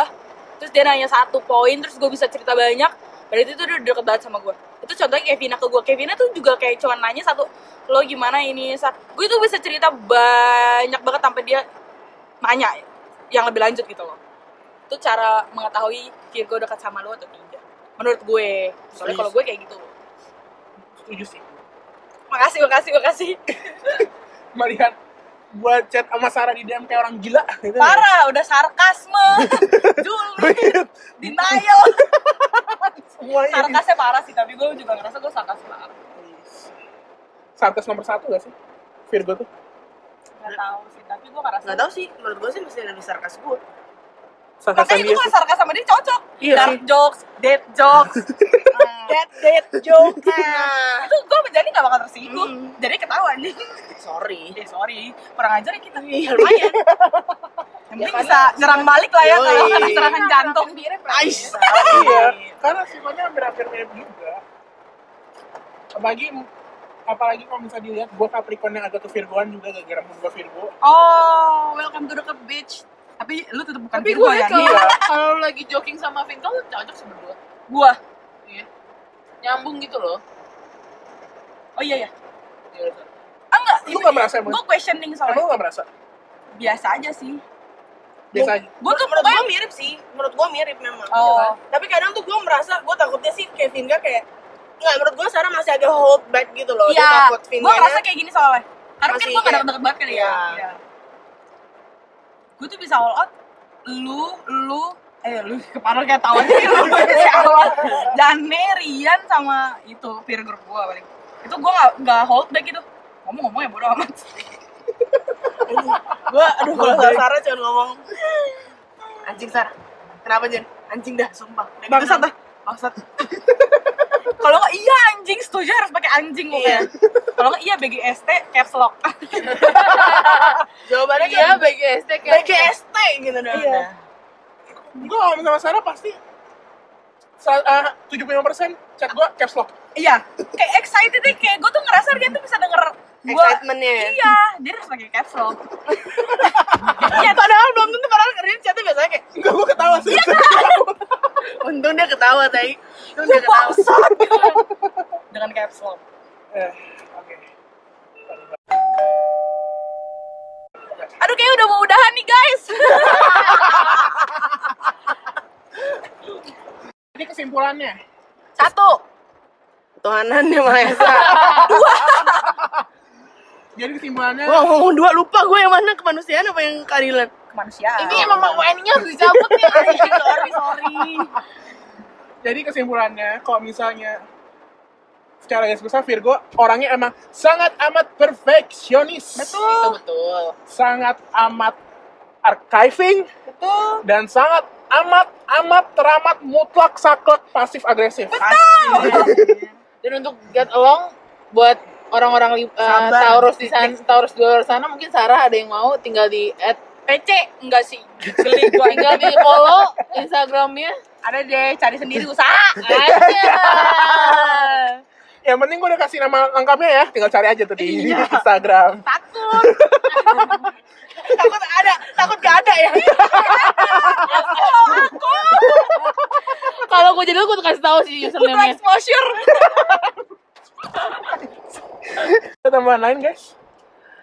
[SPEAKER 4] terus dia nanya satu poin terus gue bisa cerita banyak berarti itu udah deket banget sama gue itu contohnya Kevina ke gue Kevina tuh juga kayak cuma nanya satu lo gimana ini Sa-" gue tuh bisa cerita banyak banget sampai dia nanya yang lebih lanjut gitu loh itu cara mengetahui Virgo dekat sama lo atau tidak menurut gue soalnya kalau gue kayak gitu
[SPEAKER 2] Setuju sih.
[SPEAKER 4] makasih makasih makasih
[SPEAKER 2] Melihat buat chat sama Sarah di DM kayak orang gila [laughs] gitu. ya.
[SPEAKER 4] parah udah
[SPEAKER 2] [laughs]
[SPEAKER 4] sarkasme julid denial
[SPEAKER 2] Semuanya. di-
[SPEAKER 4] sarkasnya parah sih tapi gue juga ngerasa gue sarkas banget
[SPEAKER 2] Sarkas nomor satu gak sih? Virgo tuh. Iya.
[SPEAKER 4] nggak tahu sih tapi gue ngerasa
[SPEAKER 1] Gak tau sih, menurut gue sih mesti lebih sarkas gue.
[SPEAKER 2] Sarkasan
[SPEAKER 4] makanya
[SPEAKER 2] dia.
[SPEAKER 4] itu gue sarkas sama dia cocok
[SPEAKER 2] Iya
[SPEAKER 4] dark
[SPEAKER 2] sih.
[SPEAKER 4] jokes dead
[SPEAKER 2] [laughs]
[SPEAKER 4] jokes
[SPEAKER 1] Dead, dead joke. Nah.
[SPEAKER 4] itu gue menjadi nggak bakal tersinggung
[SPEAKER 2] Hmm.
[SPEAKER 4] jadi ketahuan nih
[SPEAKER 1] Sorry.
[SPEAKER 2] Iya. [laughs]
[SPEAKER 4] eh sorry kurang ajar ya kita lumayan Yang penting bisa nyerang balik lah ya
[SPEAKER 2] Yoi.
[SPEAKER 3] Iya.
[SPEAKER 4] kalau kena
[SPEAKER 3] kan
[SPEAKER 4] serangan jantung.
[SPEAKER 5] Ais.
[SPEAKER 2] iya karena sifatnya hampir-hampir mirip juga apalagi apalagi kalau misalnya dilihat gue Capricorn yang agak ke Virgoan juga gara-gara moon gue Virgo
[SPEAKER 4] Oh, welcome to the club, bitch. Tapi lu tetap bukan
[SPEAKER 3] Tapi
[SPEAKER 4] Virgo
[SPEAKER 3] gue
[SPEAKER 4] ya?
[SPEAKER 3] kalau [laughs]
[SPEAKER 4] Iya.
[SPEAKER 3] kalau lu lagi joking sama Vin, kamu cocok sih berdua.
[SPEAKER 4] Gua.
[SPEAKER 3] Iya. Nyambung gitu loh.
[SPEAKER 4] Oh iya ya.
[SPEAKER 3] Iya.
[SPEAKER 4] Ah enggak,
[SPEAKER 2] Lu nggak merasa emang?
[SPEAKER 4] Gue questioning
[SPEAKER 2] emang
[SPEAKER 4] soalnya.
[SPEAKER 2] lu gak merasa?
[SPEAKER 4] Biasa aja sih.
[SPEAKER 2] biasa aja
[SPEAKER 4] Gue tuh
[SPEAKER 1] menurut
[SPEAKER 4] pokoknya
[SPEAKER 1] gue mirip sih menurut gue mirip memang gitu kan.
[SPEAKER 4] Oh.
[SPEAKER 1] tapi kadang tuh gue merasa gue takutnya sih kayak Vinga kayak nggak menurut gue Sarah masih agak hold back gitu loh dia
[SPEAKER 4] Iya,
[SPEAKER 1] takut
[SPEAKER 4] gue
[SPEAKER 1] Vinga
[SPEAKER 4] ngerasa kayak gini soalnya Karena kan
[SPEAKER 1] Masih
[SPEAKER 4] gue gak
[SPEAKER 1] kayak-
[SPEAKER 4] deket-deket banget kali ya
[SPEAKER 1] Iya.
[SPEAKER 4] Gue tuh bisa all out Lu, lu Eh lu [laughs] kepala kayak tau aja
[SPEAKER 1] [laughs]
[SPEAKER 4] lu Siapa Jane, Rian sama itu peer group gue paling Itu gue gak, nggak hold back gitu Ngomong-ngomong ya bodo amat
[SPEAKER 1] gue aduh kalau Sarah Sarah cuma ngomong anjing Sarah kenapa Jen anjing dah sumpah udah gitu
[SPEAKER 4] Bangsat
[SPEAKER 1] satu
[SPEAKER 4] dah Bangsat Kalau gak iya anjing setuju harus pakai anjing pokoknya Kalau gak iya BGST caps lock
[SPEAKER 1] jawabannya
[SPEAKER 3] Iya,
[SPEAKER 1] kan
[SPEAKER 3] BGST kayak
[SPEAKER 1] BGST gitu dah
[SPEAKER 4] Iya.
[SPEAKER 2] gue kalau sama Sarah pasti sa- eh, 75% chat gue caps lock
[SPEAKER 4] Iya, kayak excited deh, kayak gue tuh ngerasa dia tuh bisa denger gua
[SPEAKER 1] excitementnya ya
[SPEAKER 4] Iya, dia harus pakai caps
[SPEAKER 1] [laughs]
[SPEAKER 4] lock.
[SPEAKER 1] Iya, padahal belum tentu padahal Rin chatnya biasanya kayak
[SPEAKER 2] enggak gue ketawa sih
[SPEAKER 1] untung dia ketawa tadi untung dia
[SPEAKER 4] Dia
[SPEAKER 1] ketawa
[SPEAKER 4] bangsat dengan caps lock.
[SPEAKER 2] Eh, oke
[SPEAKER 5] Aduh kayaknya udah mau udahan nih
[SPEAKER 1] [laughs]
[SPEAKER 5] guys.
[SPEAKER 2] ini kesimpulannya
[SPEAKER 5] Satu.
[SPEAKER 1] Tuhanan ya Maha Esa
[SPEAKER 2] jadi kesimpulannya
[SPEAKER 1] Wah ngomong dua lupa gue yang mana kemanusiaan apa yang keadilan
[SPEAKER 4] Kemanusiaan.
[SPEAKER 3] Ini emang UN-nya harus dicabut nih. [laughs] anjing.
[SPEAKER 4] sorry, sorry.
[SPEAKER 2] jadi kesimpulannya kalau misalnya secara garis besar Virgo orangnya emang sangat amat perfeksionis
[SPEAKER 3] Itu Gitu, betul.
[SPEAKER 2] sangat amat archiving
[SPEAKER 4] Betul.
[SPEAKER 2] dan sangat amat amat teramat mutlak saklek pasif agresif
[SPEAKER 3] Dan untuk get along buat orang-orang li- eh,
[SPEAKER 1] Sabar.
[SPEAKER 3] Taurus di sana, Taurus di luar sana mungkin Sarah ada yang mau tinggal di at
[SPEAKER 5] PC enggak sih.
[SPEAKER 4] Geli gua
[SPEAKER 3] tinggal di follow Instagramnya
[SPEAKER 4] Ada deh, cari sendiri usaha.
[SPEAKER 3] aja.
[SPEAKER 2] yang penting gue udah kasih nama lengkapnya ya tinggal cari aja tuh di
[SPEAKER 5] Iya.
[SPEAKER 2] [laughs] Instagram
[SPEAKER 1] takut ada takut gak ada ya
[SPEAKER 3] [laughs]
[SPEAKER 4] Iya,
[SPEAKER 3] Kalau gue jadi lu gue kasih tahu sih
[SPEAKER 1] Iya.
[SPEAKER 3] username-nya.
[SPEAKER 4] Exposure.
[SPEAKER 2] ada tambahan lain guys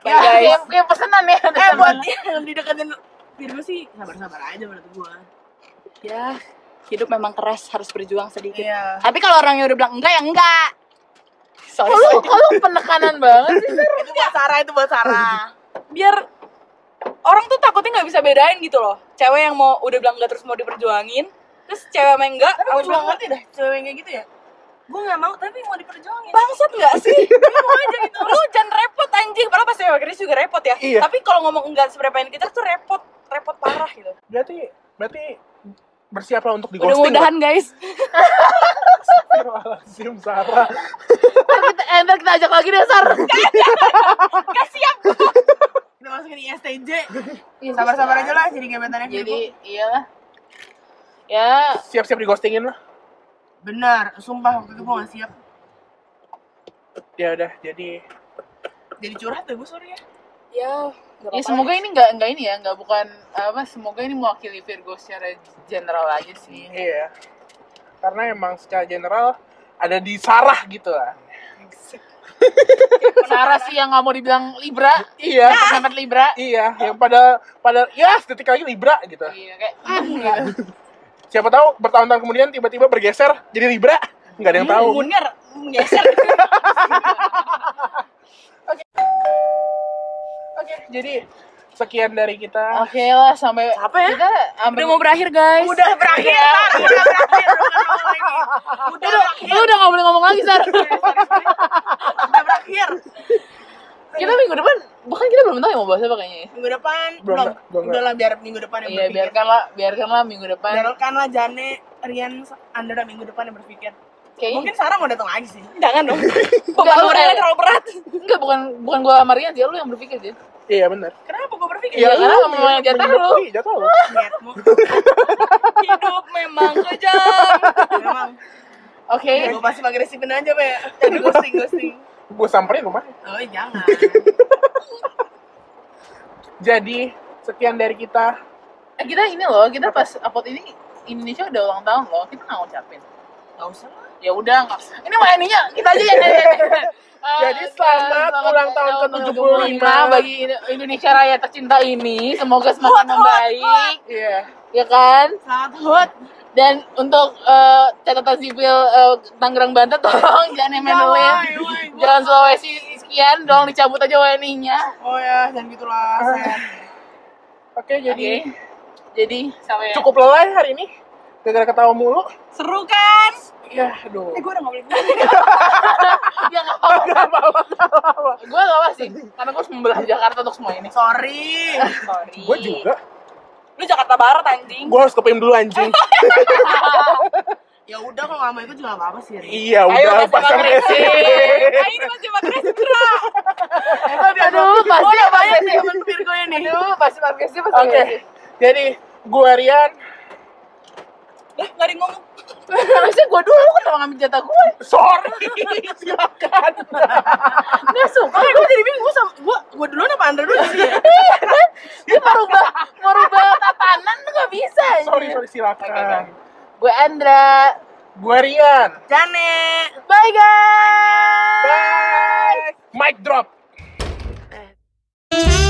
[SPEAKER 3] Ya, kayak, kayak pesenan ya.
[SPEAKER 1] eh buat
[SPEAKER 5] Iya.
[SPEAKER 1] yang dideketin Virgo sih sabar-sabar aja menurut gue
[SPEAKER 5] Ya. Hidup memang keras harus berjuang sedikit.
[SPEAKER 1] iya
[SPEAKER 5] Tapi kalau orang yang udah bilang enggak ya enggak. Sorry,
[SPEAKER 3] Kok lu,
[SPEAKER 5] sorry.
[SPEAKER 3] kok lu penekanan banget sih.
[SPEAKER 1] itu buat Sarah itu buat Sarah
[SPEAKER 5] Biar orang tuh takutnya nggak bisa bedain gitu loh. Cewek yang mau udah bilang enggak terus mau diperjuangin, terus cewek yang enggak,
[SPEAKER 1] tapi
[SPEAKER 5] mau
[SPEAKER 1] gue juga
[SPEAKER 5] bilang
[SPEAKER 1] ngerti dah cewek yang kayak gitu ya
[SPEAKER 4] Gue gak mau, tapi mau diperjuangin.
[SPEAKER 5] bangsat nggak
[SPEAKER 1] [laughs]
[SPEAKER 5] sih?
[SPEAKER 1] Iya,
[SPEAKER 5] Ngomong aja gitu. Lu jangan repot anjing, padahal pas cewek Chris juga repot ya.
[SPEAKER 2] Iya.
[SPEAKER 5] Tapi kalau ngomong enggak seberapa yang kita tuh repot, repot parah gitu.
[SPEAKER 2] berarti berarti bersiaplah untuk di
[SPEAKER 5] Udah
[SPEAKER 2] ghosting
[SPEAKER 5] mudahan guys.
[SPEAKER 2] Astagfirullahaladzim, Sarah
[SPEAKER 3] Ntar kita, eh, ntar kita ajak lagi deh, Sar.
[SPEAKER 1] kita masukin ISTJ Iya, sabar-sabar aja lah jadi gebetannya Virgo
[SPEAKER 3] Jadi, iyalah. Ya,
[SPEAKER 2] siap-siap di ghostingin lah
[SPEAKER 1] benar sumpah waktu itu gue gak siap
[SPEAKER 2] ya udah jadi
[SPEAKER 1] jadi curhat deh gue sorry ya
[SPEAKER 5] Ya, nggak
[SPEAKER 3] ya
[SPEAKER 5] apa-apa.
[SPEAKER 3] semoga ini nggak nggak ini ya, nggak bukan apa semoga ini mewakili Virgo secara general aja sih.
[SPEAKER 2] Iya. Karena emang secara general ada di Sarah gitu lah.
[SPEAKER 3] Sarah sih yang nggak mau dibilang Libra,
[SPEAKER 2] Iya.
[SPEAKER 5] Ah.
[SPEAKER 3] penyambat Libra.
[SPEAKER 2] Iya, yang pada pada ya detik lagi Libra gitu.
[SPEAKER 3] Iya, kayak gitu.
[SPEAKER 2] Siapa tahu bertahun-tahun kemudian tiba-tiba bergeser jadi Libra. Nggak ada yang tahu.
[SPEAKER 1] Hmm,
[SPEAKER 4] Munir, geser.
[SPEAKER 2] Oke, jadi sekian dari kita.
[SPEAKER 1] Ah.
[SPEAKER 3] oke lah sampai
[SPEAKER 1] Capek ya?
[SPEAKER 3] kita sampai
[SPEAKER 5] udah mau berakhir guys.
[SPEAKER 1] udah berakhir Sarah Iya, udah berakhir udah ngomong lagi udah berakhir
[SPEAKER 3] Lu udah nggak boleh ngomong lagi, Sar.
[SPEAKER 1] udah berakhir
[SPEAKER 3] kita minggu depan bahkan kita belum tahu yang mau bahas apa kayaknya. ya.
[SPEAKER 1] minggu depan
[SPEAKER 2] Belum,
[SPEAKER 1] belum
[SPEAKER 2] belum.
[SPEAKER 1] udah lah biar minggu depan yang
[SPEAKER 3] Iya,
[SPEAKER 1] berpikir
[SPEAKER 3] biarkanlah biarkanlah minggu depan.
[SPEAKER 1] biarkanlah Jane Rian Anda minggu depan yang berpikir
[SPEAKER 3] Kayaknya
[SPEAKER 1] Mungkin Sarah mau datang lagi sih.
[SPEAKER 5] Jangan dong. Pembangunannya
[SPEAKER 3] Enggak.
[SPEAKER 5] terlalu berat.
[SPEAKER 3] enggak bukan bukan gua sama Rian, dia lu yang berpikir sih.
[SPEAKER 2] Iya benar.
[SPEAKER 1] Kenapa gue berpikir
[SPEAKER 3] Iya, karena sama yang jatah lu.
[SPEAKER 2] Iya jatah lu.
[SPEAKER 1] niatmu
[SPEAKER 5] Hidup memang kejam.
[SPEAKER 1] memang
[SPEAKER 3] Oke.
[SPEAKER 1] gue pasti agresifin aja be jadi ghosting ghosting
[SPEAKER 2] Gue samperin rumahnya.
[SPEAKER 1] oh jangan
[SPEAKER 2] Jadi sekian dari kita.
[SPEAKER 3] Eh, kita ini loh, kita pas upload ini Indonesia udah ulang tahun loh. Kita nggak ngucapin.
[SPEAKER 1] nggak usah lah.
[SPEAKER 3] Ya udah nggak. Ini mah ininya kita aja yang nanya. Eh,
[SPEAKER 2] Jadi selamat ulang tahun ke-75
[SPEAKER 3] bagi Indo- Indonesia Raya tercinta ini. Semoga semakin membaik,
[SPEAKER 2] Iya.
[SPEAKER 3] ya kan?
[SPEAKER 1] selamat
[SPEAKER 3] Hut. Dan untuk eh, catatan sipil eh, Tangerang Banten [laughs] tolong
[SPEAKER 1] woi,
[SPEAKER 3] jangan emenelin.
[SPEAKER 1] woi, gua-
[SPEAKER 3] Jalan Sulawesi sekian, dong dicabut aja WNI-nya.
[SPEAKER 1] oh ya jangan gitulah
[SPEAKER 5] Eh,
[SPEAKER 1] sayang.
[SPEAKER 2] Oke jadi
[SPEAKER 3] Oke. Jadi sampai
[SPEAKER 2] cukup lelah ya hari ini. Gara-gara ketawa mulu.
[SPEAKER 5] Seru kan?
[SPEAKER 2] Ya, aduh.
[SPEAKER 1] eh gue udah nggak
[SPEAKER 5] [laughs]
[SPEAKER 1] boleh
[SPEAKER 3] Ya nggak apa-apa. Gue nggak apa sih, karena gue harus membelah Jakarta untuk semua ini.
[SPEAKER 1] sorry
[SPEAKER 5] Sorry.
[SPEAKER 2] Gue juga.
[SPEAKER 5] Lu Jakarta Barat anjing.
[SPEAKER 2] Gue harus ke PIM dulu anjing.
[SPEAKER 1] [laughs] ya udah kalau nggak mau ikut juga nggak apa-apa sih Ri.
[SPEAKER 2] iya,
[SPEAKER 3] Ayo,
[SPEAKER 2] udah
[SPEAKER 3] kasih
[SPEAKER 2] pasang [laughs]
[SPEAKER 3] makan
[SPEAKER 2] resi.
[SPEAKER 5] Nah, ini masih pakai cerah.
[SPEAKER 3] Aduh, pasti apa sih?
[SPEAKER 1] temen Virgo ini
[SPEAKER 3] Aduh, pasti podcastnya pasti.
[SPEAKER 2] Oke. Jadi gue Rian.
[SPEAKER 5] Lah, nggak ada yang ngomong.
[SPEAKER 3] Harusnya gue dulu lu kenapa ngambil jatah gue?
[SPEAKER 2] Sorry, [laughs] silakan.
[SPEAKER 3] Nggak suka.
[SPEAKER 1] gue jadi bingung gue sama gue gue duluan apa Andra dulu sih
[SPEAKER 3] Dia merubah merubah tatanan tuh nggak bisa. anjir.
[SPEAKER 2] sorry, sorry,
[SPEAKER 3] Oke, oke.
[SPEAKER 2] silakan.
[SPEAKER 3] Gue Andra.
[SPEAKER 2] Gue Rian.
[SPEAKER 1] Jane
[SPEAKER 3] Bye guys.
[SPEAKER 2] Bye. Mic drop.
[SPEAKER 6] Thank you.